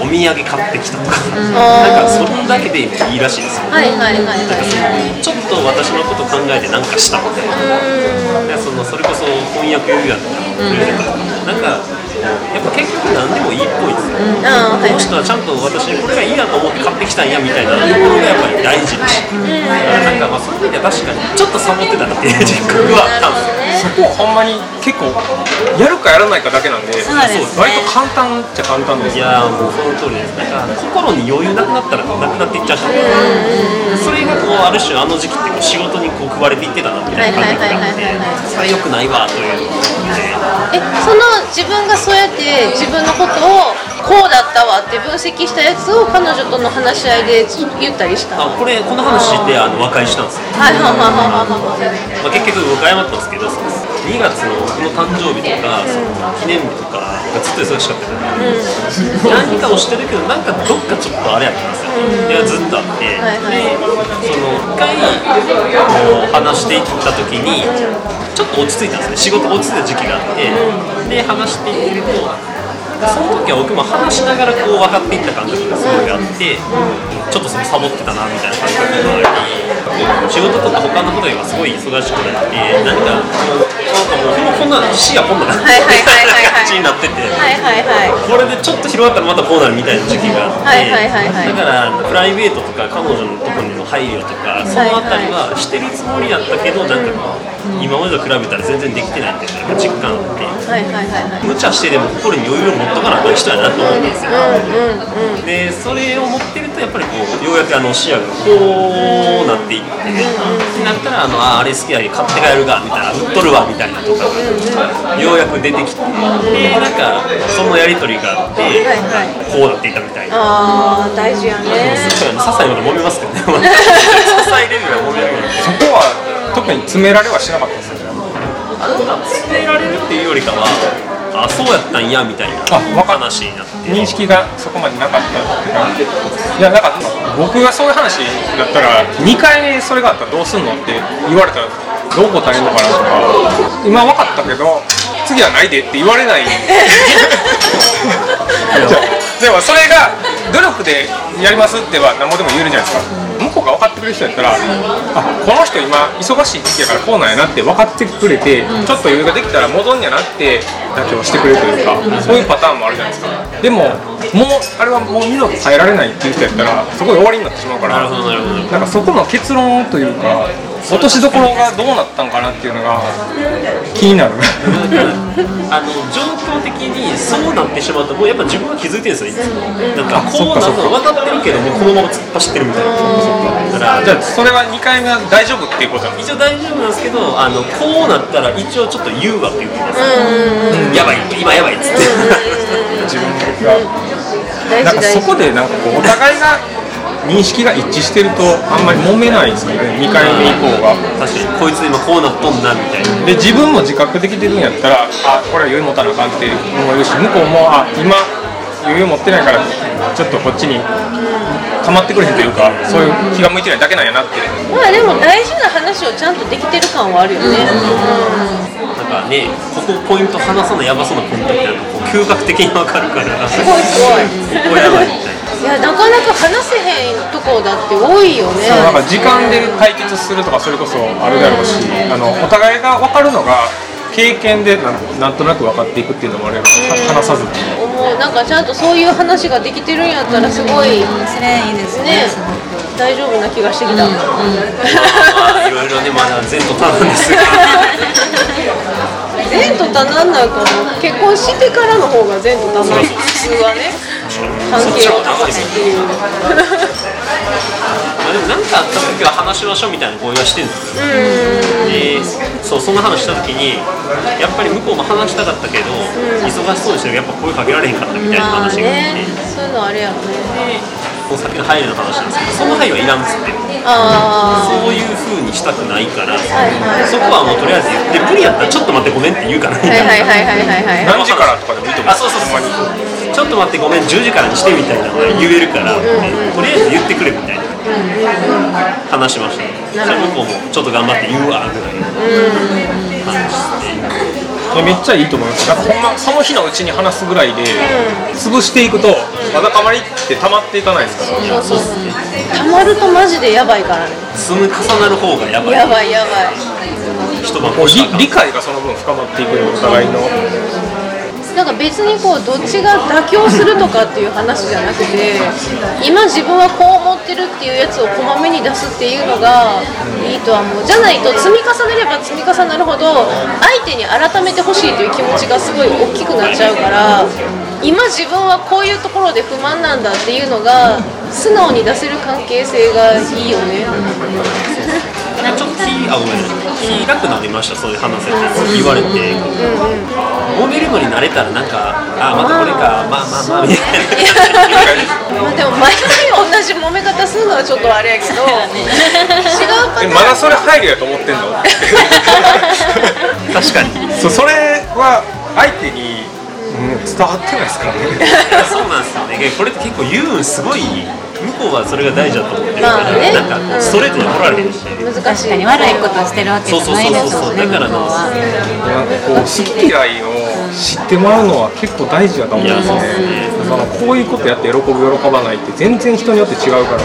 G: お土産買ってきたとか、なんかそれだけでいいらしいですよ
D: はいはいはいはい
G: ちょっと私のこと考えて何かしたみたいなだからそのそれこそ婚約指輪とかプレゼントとかなんかやっぱ結局何でもいいっぽいですよ、
D: あーはい
G: この人はちゃんと私これがいいなと思って買ってきたんやみたいなところがやっぱり大事だし、なんかまあそういう意味では確かにちょっとサボってたなっていう実覚はあったんですよ
B: そこはほんまに結構やるかやらないかだけなんで
F: そうですね
B: 割と簡単っちゃ簡単です
G: いやーもうその通りですなんか心に余裕なくなったらなくなっていっちゃう人それがこうある種あの時期ってこう仕事にこう食われていってたなみたいな感覚があって
D: はいはいはいはいはい
G: それは良くないわというので
D: えその自分がそうやって自分のことをこうだったわって分析したやつを彼女との話し合いで言ったりしたはい
G: あこれこの話であの和解したんですよ、
D: はいはいはいはいはい
G: まあ、結局僕謝ったんですけどその2月の僕の誕生日とかその記念日とかがずっと忙しかったから、何かをしてるけどなんかどっかちょっとあれやったんですよ、いやずっとあって、
D: はいはい
G: その一回こう話していった時にちょっと落ち着いたんですね仕事落ち着いた時期があってで話していってるとその時は僕も話しながらこう分かっていった感覚がすごいあってちょっとそのサボってたなみたいな感覚があり仕事とか他のことにはすごい忙しくなって何かなんかもうこんな視野こんな感
D: はいはいはいはいはい
G: じになってて。
D: はいはいはい
G: これでちょっと広がったらまたこうなるみたいな時期があって、
D: はいはいはいはい
G: だからプライベートとか彼女のところにの配慮とか、そのあたりはしてるつもりやったけど、なんか今までと比べたら全然できてないっていうか実感あって、
D: はいはいはいはい
G: 無茶してでも心に余裕を持っとかなあかん人やなと思うんですよ、でそれを持ってるとやっぱりこうようやくあの視野がこうなっていって、なったらあのあーあれ好きやり買って帰るがみたいな売っとるわみたいなとかがようやく出てきて、でなんかそのやり取りがあって、こうなっていたみたいな。
D: ああ大事やね
G: そうやね些細なこと揉めますけどね些細レベルは揉めるよね
B: そこは特に詰められはしなかったですよね
G: あの詰められるっていうよりかはあそうやったんやみたいな
B: あわかった
G: 話になって
B: 認識がそこまでなかったっていうかいやなんか僕がそういう話だったら2回目それがあったらどうすんのって言われたらどう答えるのかなとか今分かったけど次はないでって言われないじゃあでもそれが努力でやりますっては何もでも言えるじゃないですか向こうが分かってくれる人やったらあこの人今忙しい時期やからこうなんやなって分かってくれて、ちょっと余裕ができたら戻んやなって妥協してくれるというか、そういうパターンもあるじゃないですかでももうあれはもう二度と変えられないっていう人やったらそこで終わりになってしまうか
G: な
B: ら
G: るほどなるほど
B: なんかそこの結論というか落としどころがどうなったんかなっていうのが気になる
G: あの状況的にそうなってしまうともうやっぱ自分は気づいてるんですよいつもなんかこうなるの分かってるけどもうこのまま突っ走ってるみたいなだから
B: じゃあそれは2回目は大丈夫っていうことなんで
G: 一
B: す
G: 応大丈夫なんですけどあのこうなったら一応ちょっと言うわって言ってますやばい今やばいっつって
B: 自分が。
D: 大
B: なん
D: 事
B: か
D: 大
B: そ
D: 事
B: こでなんかこうお互いが認識が一致してるとあんまり揉めないんですよね2回目以降が。
G: 確かにこいつ今こうなっとんなみたいな
B: で自分も自覚できてるんやったらあこれは余裕持たなあかんって思えるし向こうもあ今余裕持ってないからちょっとこっちに溜まってくれへんというかそういう気が向いてないだけなんやなって
D: まあでも大事な話をちゃんとできてる感はあるよね、
G: なんかねここポイント話さないやばそうなポイントみたいなのこう嗅覚的に分かるからす
D: すごいすごい
G: ここやばいみたい
D: や
G: ない
D: なかなか話せへんとこだって多いよね
B: そうなんか時間で解決するとかそれこそあるだろうしあのお互いが分かるのが経験でなんなんとなく分かっていくっていうのもあれば話さずに。
D: 思うなんかちゃんとそういう話ができてるんやったらすごい
F: それいいですね
D: ね
F: すごく
D: 大丈夫な気がしてき [laughs] た、
G: まあいろいろねまだ前途多分ですが
D: 前途多難なんかも結婚してからの方が前途多難普通はね関係を保つっていう
G: まあ、でも何かあった時は話しましょうみたいな合意はしてるんですよでそうその話した時にやっぱり向こうも話したかったけど、忙しそうでしたけどやっぱ声かけられへんかったみたいな
D: まあ
G: 話があって、
D: ねそういうのあれやろね
G: この先の配慮の話なんですけどその配慮はいらんっつって
D: あ
G: そういう風にしたくないから、
D: はい
G: そこはもうとりあえず言って無理やったらちょっと待ってごめんって言うかなみ
D: あは
G: た
D: い
G: いな、
D: はいはいはいはいはい
B: 何時からとかでもいいと思
G: あ
B: う
G: そうそうそうちょっと待ってごめん10時からにしてみたいなのは言えるから、とりあえず言ってくれみたいな、話しましたじゃあ向こうもちょっと頑張って言うわぐらいの話して、
B: いやめっちゃいいと思いますなんかほんまその日のうちに話すぐらいで潰していくとわだかまりって溜まっていかないですか
G: い
B: ら
G: やそうっすね
D: たまるとマジでやばいからね
G: 積む重なる方がやばい
D: やばいやばい
G: 一晩
B: こう
G: 越したらあか
B: 理
G: ん
B: 理解がその分深まっていくよお互いの
D: なんか別にこうどっちが妥協するとかっていう話じゃなくて今自分はこう思ってるっていうやつをこまめに出すっていうのがいいとは思うじゃないと積み重ねれば積み重なるほど相手に改めてほしいという気持ちがすごい大きくなっちゃうから今自分はこういうところで不満なんだっていうのが素直に出せる関係性がいいよね
G: ちょっと気あごめん気楽になりましたそういう話せて言われて、揉めるのに慣れたらなんかあまたこれかまあまあまあみたいな。
D: まあでも毎回同じ揉め方するのはちょっとあれやけど違う [laughs] パタ
B: え
D: ーン
B: まだそれ配慮やと思ってんの
D: [laughs]
G: [laughs] 確かに
B: [laughs] そうそれは相手に、うん伝わってないですから [laughs] ね
G: そうなんですよねこれって結構言うんすごい向こうはそれが大事だと思ってるから、
D: まあね
G: なんかこうストレートに来られへんし、
D: 難しい
F: 確かに悪いことしてるわけじゃないですもんね
G: そうそうそうそうだから
F: 向こうは
B: なんかこう好き嫌いを知ってもらうのは結構大事だと思うん
G: い
B: で
G: や
B: す
G: そう
B: ね
G: ですね
B: そのこういうことやって喜ぶ喜ばないって全然人によって違うか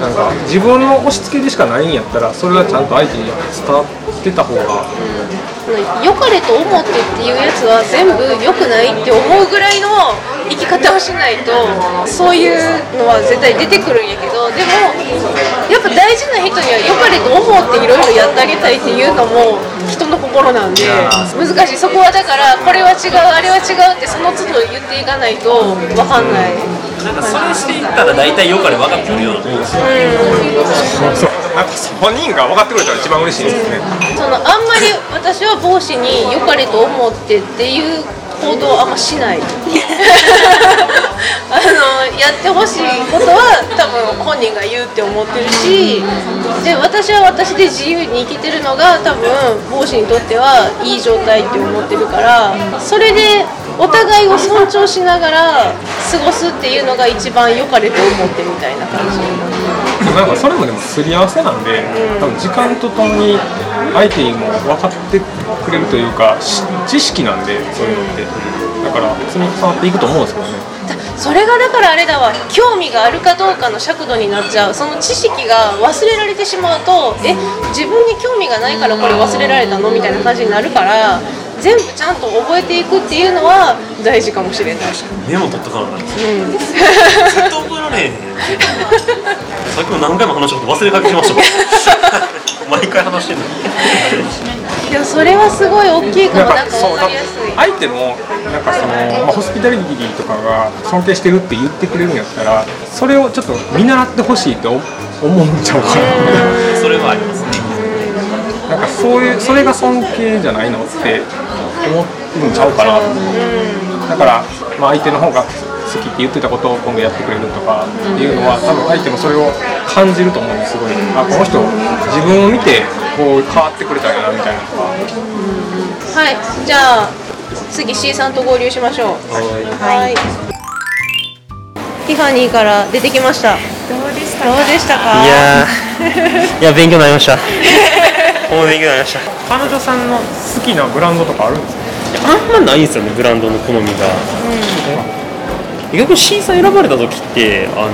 B: ら、なんか自分の押し付けでしかないんやったらそれはちゃんと相手に伝わってた方が
D: 良かれと思ってっていうやつは全部良くないって思うぐらいの生き方をしないとそういうのは絶対出てくるんやけどでもやっぱ大事な人には良かれと思っていろいろやってあげたいっていうのも人の心なんで難しいそこはだからこれは違うあれは違うってその都度言っていかないと分かんない。
I: なんかそれしていったら大体よかれ分かってくるようなもんですよ
B: そうなんか本人が分かってくれたら一番嬉しいですね、
D: そのあんまり私は帽子に良かれと思ってっていう行動をあんましないあのやってほしいことは多分本人が言うって思ってるしで私は私で自由に生きてるのが多分帽子にとってはいい状態って思ってるからそれでお互いを尊重しながら過ごすっていうのが一番良かれと思ってみたいな感じ。
B: なんかそれもでもすり合わせなんで、多分時間とともに相手にも分かってくれるというか、し知識なんで、そういうのって、だから、積み重なっていくと思うんですけどね、
D: それがだからあれだわ興味があるかどうかの尺度になっちゃうその知識が忘れられてしまうとえ自分に興味がないからこれ忘れられたのみたいな感じになるから全部ちゃんと覚えていくっていうのは大事かもしれない
I: メモ取っとかなあかんですよ絶対覚えられへんさっきも何回も話したこと忘れかけてましたもん毎回話してんのに
D: でもそれはすごい大きいか
B: なん
D: もなん
B: か
D: か
B: そ
D: 分
B: う、
D: か
B: だ
D: りやすい
B: 相手も、なんかその、まあ、ホスピタリティとかが尊敬してるって言ってくれるんやったら、それをちょっと見習ってほしいと思っちゃうから、
I: それはありますね
B: なんかそういう、それが尊敬じゃないのって思うんちゃうかな。だから、まあ、相手の方が好きって言ってたことを今度やってくれるとかっていうのは、多分相手もそれを感じると思うんですすごい、あこの人自分を見てこう変わってくれたんやなみたいなとか
D: はいじゃあ次 C さんと合流しましょうはいティファニーから出てきました
C: どうでした
D: どうでしたか
G: いやーいや勉強になりました。ほんま勉強になりました。
B: 彼女さんの好きなブランドとかあるんですか
G: あんまないんですよねブランドの好みが、逆に C さん選ばれた時ってあ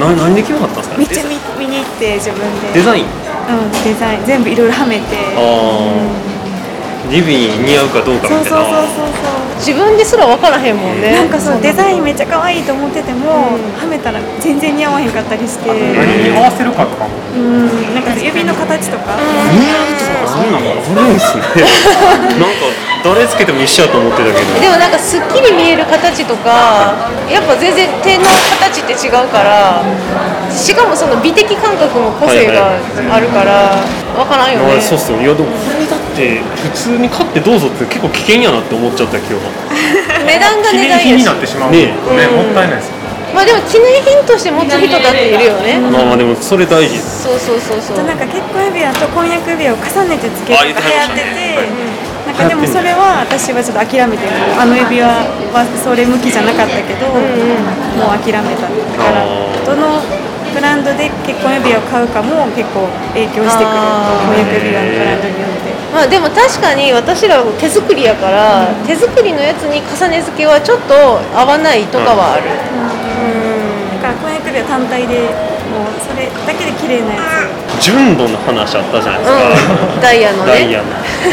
G: のな何で決まったんですか
C: め
G: ね
C: っちゃ見見に行って自分で
G: デザイン
C: うん、デザイン全部いろいろはめて
G: ああリビに似合うかどうかみ
C: そうそう
G: たい
C: そうそ
G: な
C: うそ
D: 自分ですら分からへんもん
C: う
D: ね
C: なんかそうデザインめっちゃ可愛いと思ってても、はめたら全然似合わへんかったりして、
B: 何に合わせるかとかも
C: うん、なんか指の形とか、
G: そうなんだあるんですねなんか誰つけても一緒やと思ってたけど
D: でもなんかすっきり見える形とかやっぱ全然手の形って違うからしかもその美的感覚も個性があるから分からんよ
G: あ
D: ね
G: れそうっすよねいやでもこれだって普通に買ってどうぞって結構危険やなって思っちゃった今日は
D: 値段が
B: 記
D: 値
B: 念
D: 段や
B: 品に
D: し
B: なってしまうとね
G: ね
B: もったいないですよね
D: まあでも記念品として持つ人だっているよね
G: まあまあでもそれ大事です
D: そうそうそうそう
C: なんか結婚指輪と婚約指輪を重ねてつけるのが流行ってて、なんかでもそれは私はちょっと諦めてるあの指輪はそれ向きじゃなかったけど、もう諦めただから
G: あー
C: どのブランドで結婚指輪を買うかも結構影響してくる
D: あー
C: 婚約指輪のブランドによって。
D: まあでも確かに私ら手作りやから手作りのやつに重ね付けはちょっと合わないとかはある
C: だから婚約指輪単体でもうそれだけで綺麗なやつ
G: 純度の話あったじゃないですか、
D: うんダイヤの
G: ダイ
D: ね
G: ヤの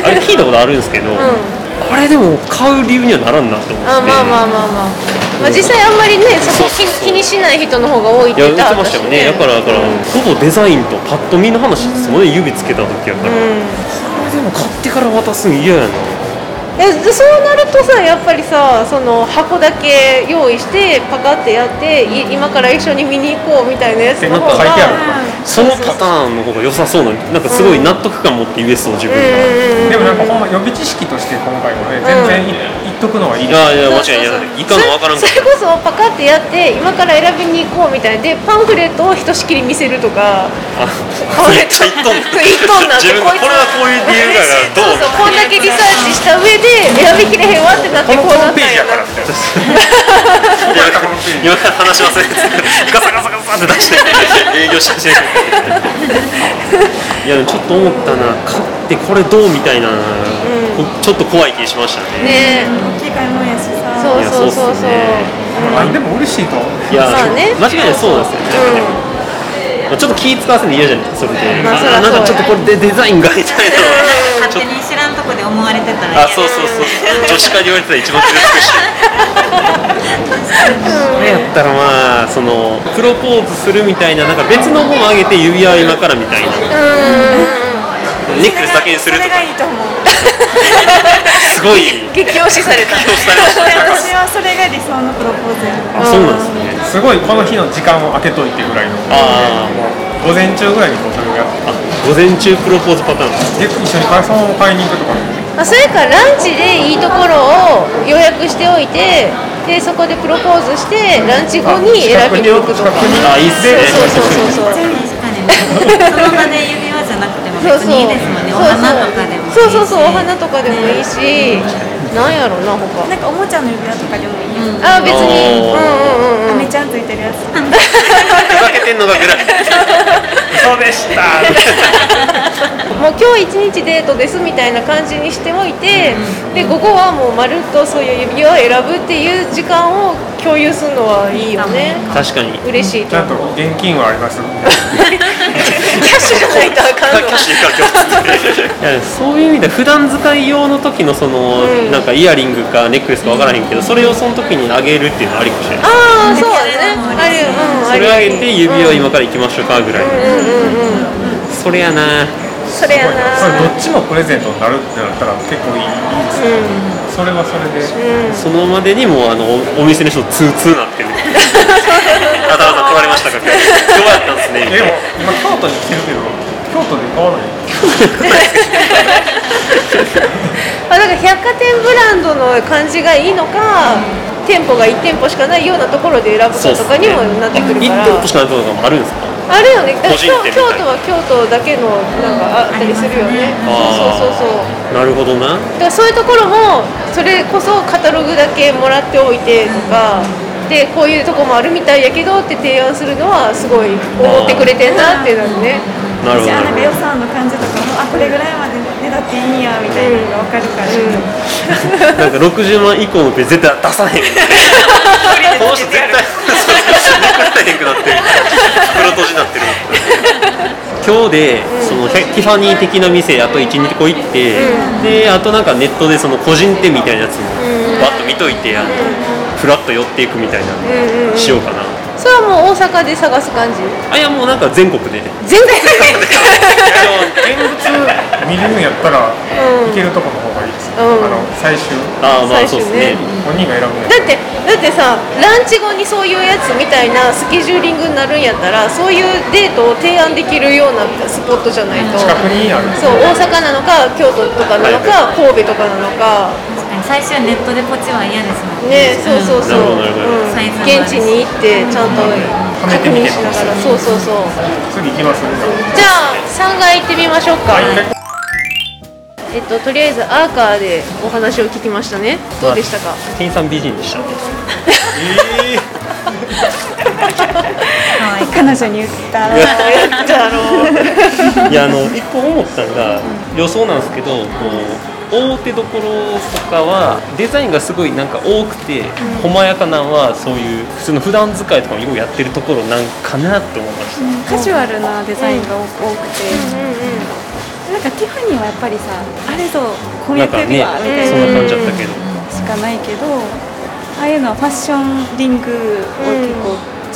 G: あれ聞いたことあるんですけど、あれでも買う理由にはならんなと思って
D: あまあまあまあまあ、まあ、実際あんまりねそこ気気にしない人の方が多いっ
G: い
D: て
G: や
D: 言
G: 言
D: っはった
G: っててまし
D: した
G: よねだからだからほぼデザインとパッと見の話ですもんね指つけた時やから、これでも買ってから渡すの嫌やな
D: えでそうなるとさやっぱりさその箱だけ用意してパカってやってい今から一緒に見に行こうみたいなやつの方
G: なんか
D: が
G: 書いてある
D: う
G: そのパターンの方が良さそうななんかすごい納得感持って言えそう自分が、
D: ん
B: でもなんかほんま予備知識として今回もね全然い言っとくのはいい
G: いやいや
D: そうそうそ
G: 間
D: う
G: 違いないいかんのわからん
D: そ
G: け
D: れそれこそパカってやって今から選びに行こうみたいなでパンフレットをひとしきり見せるとか
G: あ
D: パンフレット
G: めっちゃ言っとん
D: 言
G: の
D: っとんなって
G: 自分がこれはこういう理由だからどう
D: そうそうこんだけリサーチした上で選びきれへんわってなってこうなったんやな
B: みたいな
G: 今から話し忘れてガサガサガサって出して営業し始めるいやでもちょっと思ったな買ってこれどうみたいな、こちょっと怖い気がしました
D: ね
G: ね
C: 大きい買い物やしさ
D: そう
G: いや
D: そうそうそう
G: っすね
H: 何でも嬉しいと思う
G: いや、
D: まあね
G: 間違いないそうなんですよ、まあちょっと気使わせるの嫌じゃないですかそれで、
D: まあそりゃ
G: あなんかち
D: そ
G: ょ
D: う
G: っ
D: や
G: とこれでデザインがみたいな
F: 勝手に知らんとこで思われてたら
G: あそうそうそう女子会で言われてたら一番苦しいしそれやったらまあそのプロポーズするみたいななんか別の本あげて指輪今からみたいなネックレスだけにする
C: そ
G: と
C: れ
G: か
C: がいいと思う [laughs]
G: すごい
D: 激推しされた
G: 恐されまし
C: 私はそれが理想のプロポーズや
G: たあそうなんです
H: す
G: ね
H: ごいこの日の時間を空けといてぐらいの
G: あー
H: 午前中ぐらいにこうそれをやって
G: あ午前中プロポーズパターン
H: で一緒に買い物を買いに行くとかね
D: まあ、それかランチでいいところを予約しておいてでそこでプロポーズしてランチ後に選びに行くとか
H: 近くに
G: あいいっすね
D: そうそうそうそう
F: 確かにねその場で指輪じゃなくても
D: そうそ
F: 別
D: う
F: にいいですもんねお花とかでもいいし
D: そうそうそうお花とかでもいいし、なんやろな他
C: なんかおもちゃの指輪とかでもいいよ
D: あ別にうん
G: おー
D: うんうん
C: あ
D: うん
C: めちゃんついてるやつ
G: ふざけてんのがぐらいそうでした
D: もう今日一日デートですみたいな感じにしておいて、で午後はもうまるっとそういう指輪を選ぶっていう時間を共有するのはいいよね
G: 確かに
D: 嬉しい
H: ち
D: と
H: ゃんと現金はあります
D: キャッシュじゃないとあかんの
G: キャッ [laughs] シュいくら今日いやそういう意味では普段使い用の時のその、なんかイヤリングかネックレスかわからへんけどそれをその時にあげるっていうのはありかもしれない
D: ああそうだねあるうん
G: それあ
D: あ
G: げ
D: る
G: て指を今から行きましょうかぐらい、それやな
D: それやな
H: それどっちもプレゼントになるってなったら結構いいいいですね、それはそれで、
G: そのまでにもうあのおお店の人ツーツーなってる
D: [laughs]
G: あざわざ来られましたか今日どうやったんですねみた
H: で
G: いな
H: も今京都に来てるけど京都で買わない
D: あだから百貨店ブランドの感じがいいのか、店舗が1店舗しかないようなところで選ぶ
G: そう
D: か
G: っす
D: と
G: ね
D: かにもなってくるから、
G: 一等としかないところもあるんですか
D: あるよねだから
G: 個人
D: 京
G: 店みた
D: 京
G: い
D: 都は京都だけのなんかあったりするよね
G: あ
D: そうそうそうそう
G: なるほどな
D: だからそういうところもそれこそカタログだけもらっておいてとか、でこういうとこもあるみたいやけどって提案するのはすごい思ってくれてんなってなるね
G: なるほ
C: 私
G: ど
C: はなんか予算の感じとかもあこれぐらいまでねだっていいんやみたいなのが分かるから、
G: なんか60万以降のペ絶対出さへんこの人絶対そう出さへんくなってる黒閉じになってる今日でそのティファニー的な店あと12個行って、であとなんかネットでその個人店みたいなやつもバッと見といてあのフラッと寄っていくみたいなのしようかな
D: それはもう大阪で探す感じ
G: あいやもうなんか全国で
D: [laughs] 全然
H: 現物見れるんやったら、行けるとこの方がいいです、
D: うん
H: あの最終
G: ああまあ
D: 最
G: そ
D: 終
G: う
D: ね
G: ですね
H: 本人が選ぶんやっ
D: だ
H: た
D: ってだってさランチ後にそういうやつみたいなスケジューリングになるんやったらそういうデートを提案できるようなスポットじゃないと
H: ら近くにある
D: そう大阪なのか京都とかなのか神戸とかなのか
F: 確かに最初はネットでこっちは嫌ですもん
D: ねそうそうそう、
G: なるほ
D: う
G: ど
D: ん
F: なるほど
D: 現地に行ってちゃんと確認しながらそうそうそう
H: 次行きます
D: じゃあ3階行ってみましょう
H: は
D: か、
H: い
D: えっととりあえずアーカーでお話を聞きましたねどうでしたか、
G: 店員さん美人でしたね
F: 可愛い
C: 彼女に言ったら
D: やったろう
G: いやあの一個思ったのが予想なんですけどこう大手どころとかはデザインがすごいなんか多くて細やかなんはそういう普通の普段使いとかもようやってるところなんかなって思いました
C: カジュアルなデザインが多多くて、なんかティファニーはやっぱりさあれぞ婚
G: なん
C: 約
G: か
C: 指
G: ね
C: 輪みたい
G: そ
C: なん
G: な感じだったけど
C: しかないけどああいうのはファッションリングを結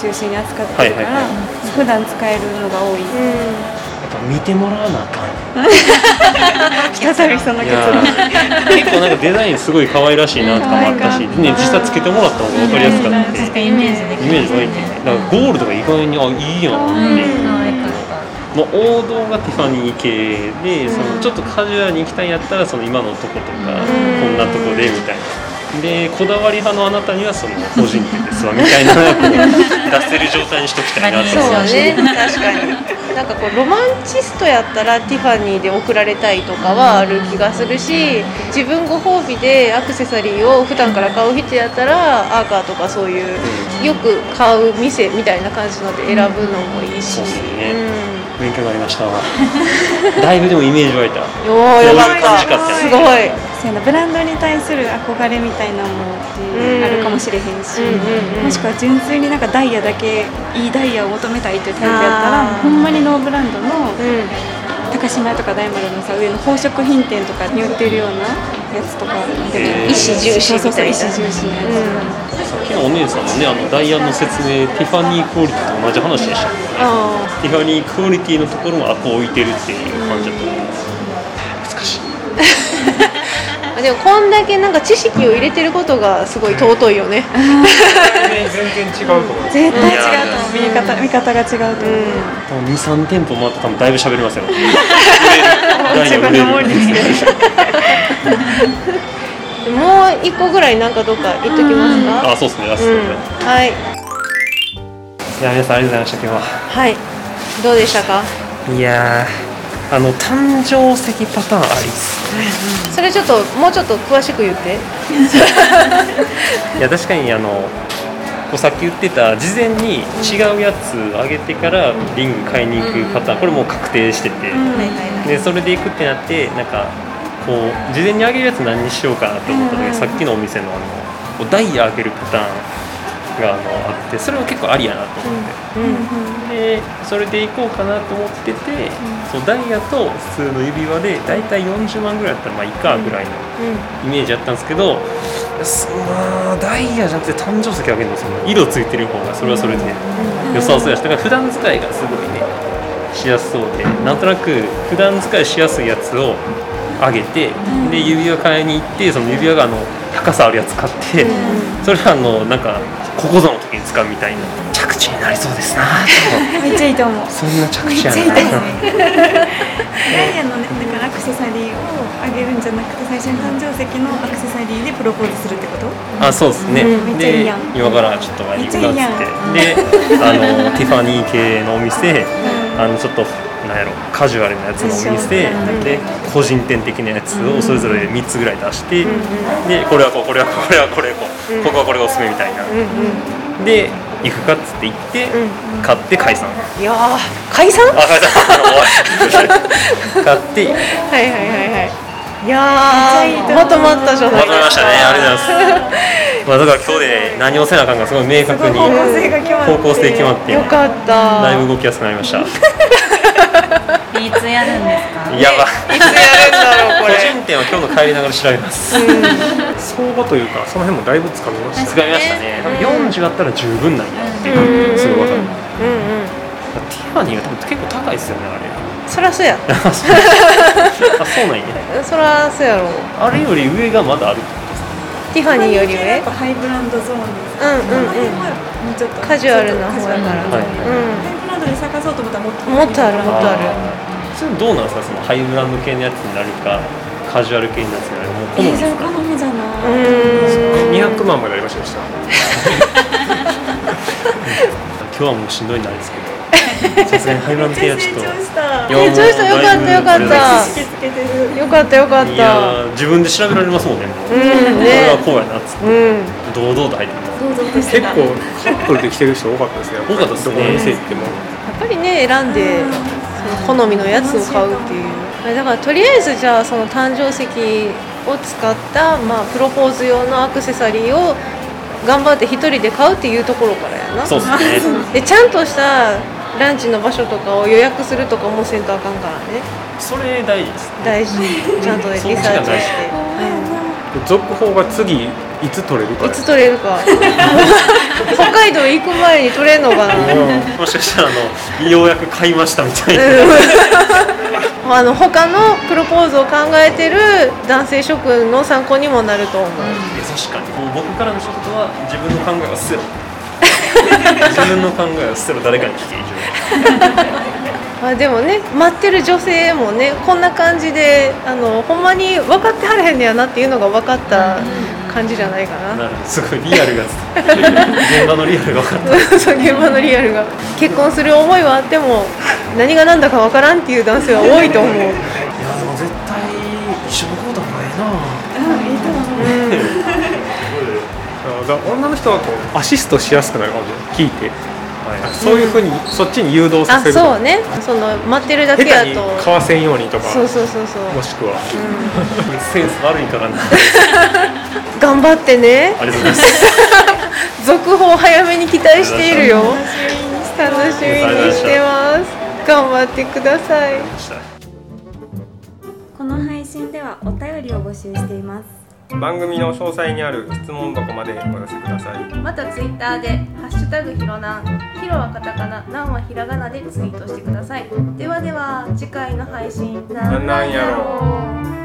C: 構中心に扱ってるから、
G: はいはい
C: 普段使えるのが多い、 [laughs]
G: やっぱ見てもらわなあかん
C: 再びその
G: い
C: 結
G: や
C: 論
G: ー結構なんかデザインすごい可愛らしいなとかもあったし、ね、実際つけてもらった方が分かりやすかったんで
F: 確かにイメージでき
G: イメージ湧いてなんかゴールドが意外にあいいやん
F: 可愛かった
G: まあ、王道がティファニー系で、そのちょっとカジュアルに行きたいんやったらその今のとことか、こんなとこでみたいなでこだわり派のあなたにはその個人店ですわみたいなこう出せる状態にしときたいなと
D: そう
G: 思い
D: だ
G: まし
D: ね確かになんかこうロマンチストやったらティファニーで送られたいとかはある気がするし自分ご褒美でアクセサリーを普段から買う人やったらアーカーとかそういうよく買う店みたいな感じので選ぶのもいいし、、
G: そううんですね勉強になりましただいぶでもイメージ湧いた
D: よーよかっ
G: こういう感
D: た
G: じかって
D: すごい
C: そそういうのブランドに対する憧れみたいなのもあるかもしれへんし、もしくは純粋になんかダイヤだけいいダイヤを求めたいというタイプやったらほんまにノーブランドの、高島屋とか大丸のさ上の宝飾品店とかに売ってるようなやつとかでも
D: 意思重視
C: そう
D: み
C: そうそ
D: た
C: う意
D: いな
C: 思重視のやつ、
G: さっきのお姉さんのねあのダイヤの説明ティファニークオリティと同じ話でしたもんねティファニークオリティのところもアポ置いてるっていう感じだと思います
D: でもこんだけなんか知識を入れてることがすごい尊いよ
G: [laughs]
D: ね、
B: 全然違うと思う
C: 絶対違うと思う見え方見方が違うと思う、
G: 多分23店舗回って多分だいぶ喋り [laughs] ますよ
C: 自分のものにして
D: もう一個ぐらいなんかどっか行っときますか、
G: あそうですねラストで、
D: はい
G: いや皆さんありがとうございました今日は
D: はいどうでしたか
G: いやーあの誕生石パターンありっす
D: それちょっともうちょっと詳しく言って
G: いや確かにあのこうさっき言ってた事前に違うやつあげてからリング買いに行くパターンこれもう確定してて、でそれで行くってなってなんかこう事前にあげるやつ何にしようかなと思った時、さっきのお店のあのこうダイヤあげるパターンがあのあってそれも結構ありやなと思って。でそれで行こうかなと思ってて、そうダイヤと普通の指輪で大体40万ぐらいだったらまあいいかぐらいのイメージだったんですけど、そまあダイヤじゃなくて誕生石あげるんですよね色ついてる方がそれはそれで良さそうやしだから普段使いがすごいねしやすそうでなんとなく普段使いしやすいやつをあげて、で指輪買いに行ってその指輪があの高さあるやつ買って、それはあのなんかここぞの時に使うみたいな着地になりそうですな
C: めっちゃいいと思う
G: そんな着
C: [laughs] めっ
G: 地
C: ちゃ
G: や
C: いいと思
G: な
C: うダイヤのねだからアクセサリーをあげるんじゃなくて最初に誕生石のアクセサリーでプロポーズするってこと
G: あそうですね、
C: うんめっちゃいい
G: で
C: やん
G: 今からちょっと行くかっつって
C: め
G: であのティファニー系のお店、あのちょっとなんやろカジュアルなやつのお
C: ファッシ
G: 店、
C: ョン
G: で個人店的なやつをそれぞれ3つぐらい出して、でこれはこうこれはこれはこれはこう、ここはこれがおすすめみたいな、で行くかっつって行って、買って解散
D: いやー解散
G: あ解散終わり [laughs] 買って
D: はいはいはいはいいやーまとまったじゃ
G: わ
D: な
G: か
D: い
G: りましたね。ありがとうござい [laughs] ます。まあだから今日で何をせなあかんかすごい明確に方向性決まって、
D: よかった
G: だいぶ動きやすくなりました。
F: いつやるんですか
G: やば。
D: いつやるんだろう
G: 個
D: これ
G: 人店は今日の帰りながら調べます。
B: 相場というかその辺もだいぶつかみました
G: 使いましたね。多分四十あったら十分なんやっていうのがすごいわかる。だからティファニーが多分結構高いですよねあ [laughs] れ。
D: そらそうや
G: あそうあそうなんや。
D: そらそうやろ
G: あれより上がまだある。
D: ティファニーより上
C: やっぱハイブランドゾーンです
D: うんう
C: この
D: ん
C: 辺はもうちょっと
D: カジュアルな方やからう
G: はい。
D: ん
C: ハイブランドで探そうと思ったらもっと
D: もっとあるもっとある
G: それどうなんですかそのハイブランド系のやつになるかカジュアル系のやつになるかもう好み
C: えー、それ好みじゃない、
B: 200万までありました
G: [laughs] 今日はもうしんどいなですけどさすがにハイブランド系はちょっと
C: 成長した
G: いやもう
D: 成長したよかったよかった
G: だい
C: 意識つけてる
D: よかったよかっ
G: ぶい
D: た
G: やー自分で調べられますもんねもう
D: うんね
G: これはこうやなっつって
D: うん
G: 堂々と入ってます
B: 結構カップルで来てる人多かったですね
G: 多かったですね
B: どこの店行っても
D: やっぱりね選んでその好みのやつを買うっていうあだからとりあえずじゃあその誕生石を使った、まあ、プロポーズ用のアクセサリーを頑張って一人で買うっていうところからやな
G: そうですね
D: でちゃんとしたランチの場所とかを予約するとかもせんとあかんからね
G: それ大事です
D: 大事ちゃんとリサーチして
G: そっちが大事
B: 続報が次いつ取れるか
D: いつ取れるか北海道行く前に取れんのかな
G: もしかしたらあのようやく買いましたみたいな
D: あの他のプロポーズを考えてる男性諸君の参考にもなると思う、
G: 確かにもう僕からの一言は自分の考えは捨てろ [laughs] 自分の考えは捨てろ誰かに聞け以
A: [laughs]
G: 上
D: あでもね待ってる女性もねこんな感じであのほんまに分かってはれへんねやなっていうのが分かった感じじゃないかな、
G: なるほどすごいリアルが現場のリアルが分かった
D: そう現場のリアルが結婚する思いはあっても何が何だか分からんっていう男性は多いと思う
G: いやでも絶対一緒のことはないな
B: あだから女の人はこうアシストしやすくなるかもしれない聞いて
G: は
H: なんかそういうふうに、そっちに誘導さ
A: あ
H: せる
A: そうねその待ってるだ
H: 下
A: けや
H: 手に
A: と
H: 買わせんようにとか
A: そうそうそうそう
H: もしくは
G: センス悪いからな。
A: 頑張ってね
G: ありがとうござ
A: [laughs]
G: います。
D: [laughs]
A: 続報早めに期待しているよ楽しみにしてます頑張ってください
J: この配信ではお便りを募集しています
H: 番組の詳細にある質問箱までお寄せください
A: またツイッターで「ハッシュタグひろなん」ひろはカタカナ、なんはひらがなでツイートしてくださいではでは次回の配信
H: なんなんやろ
A: う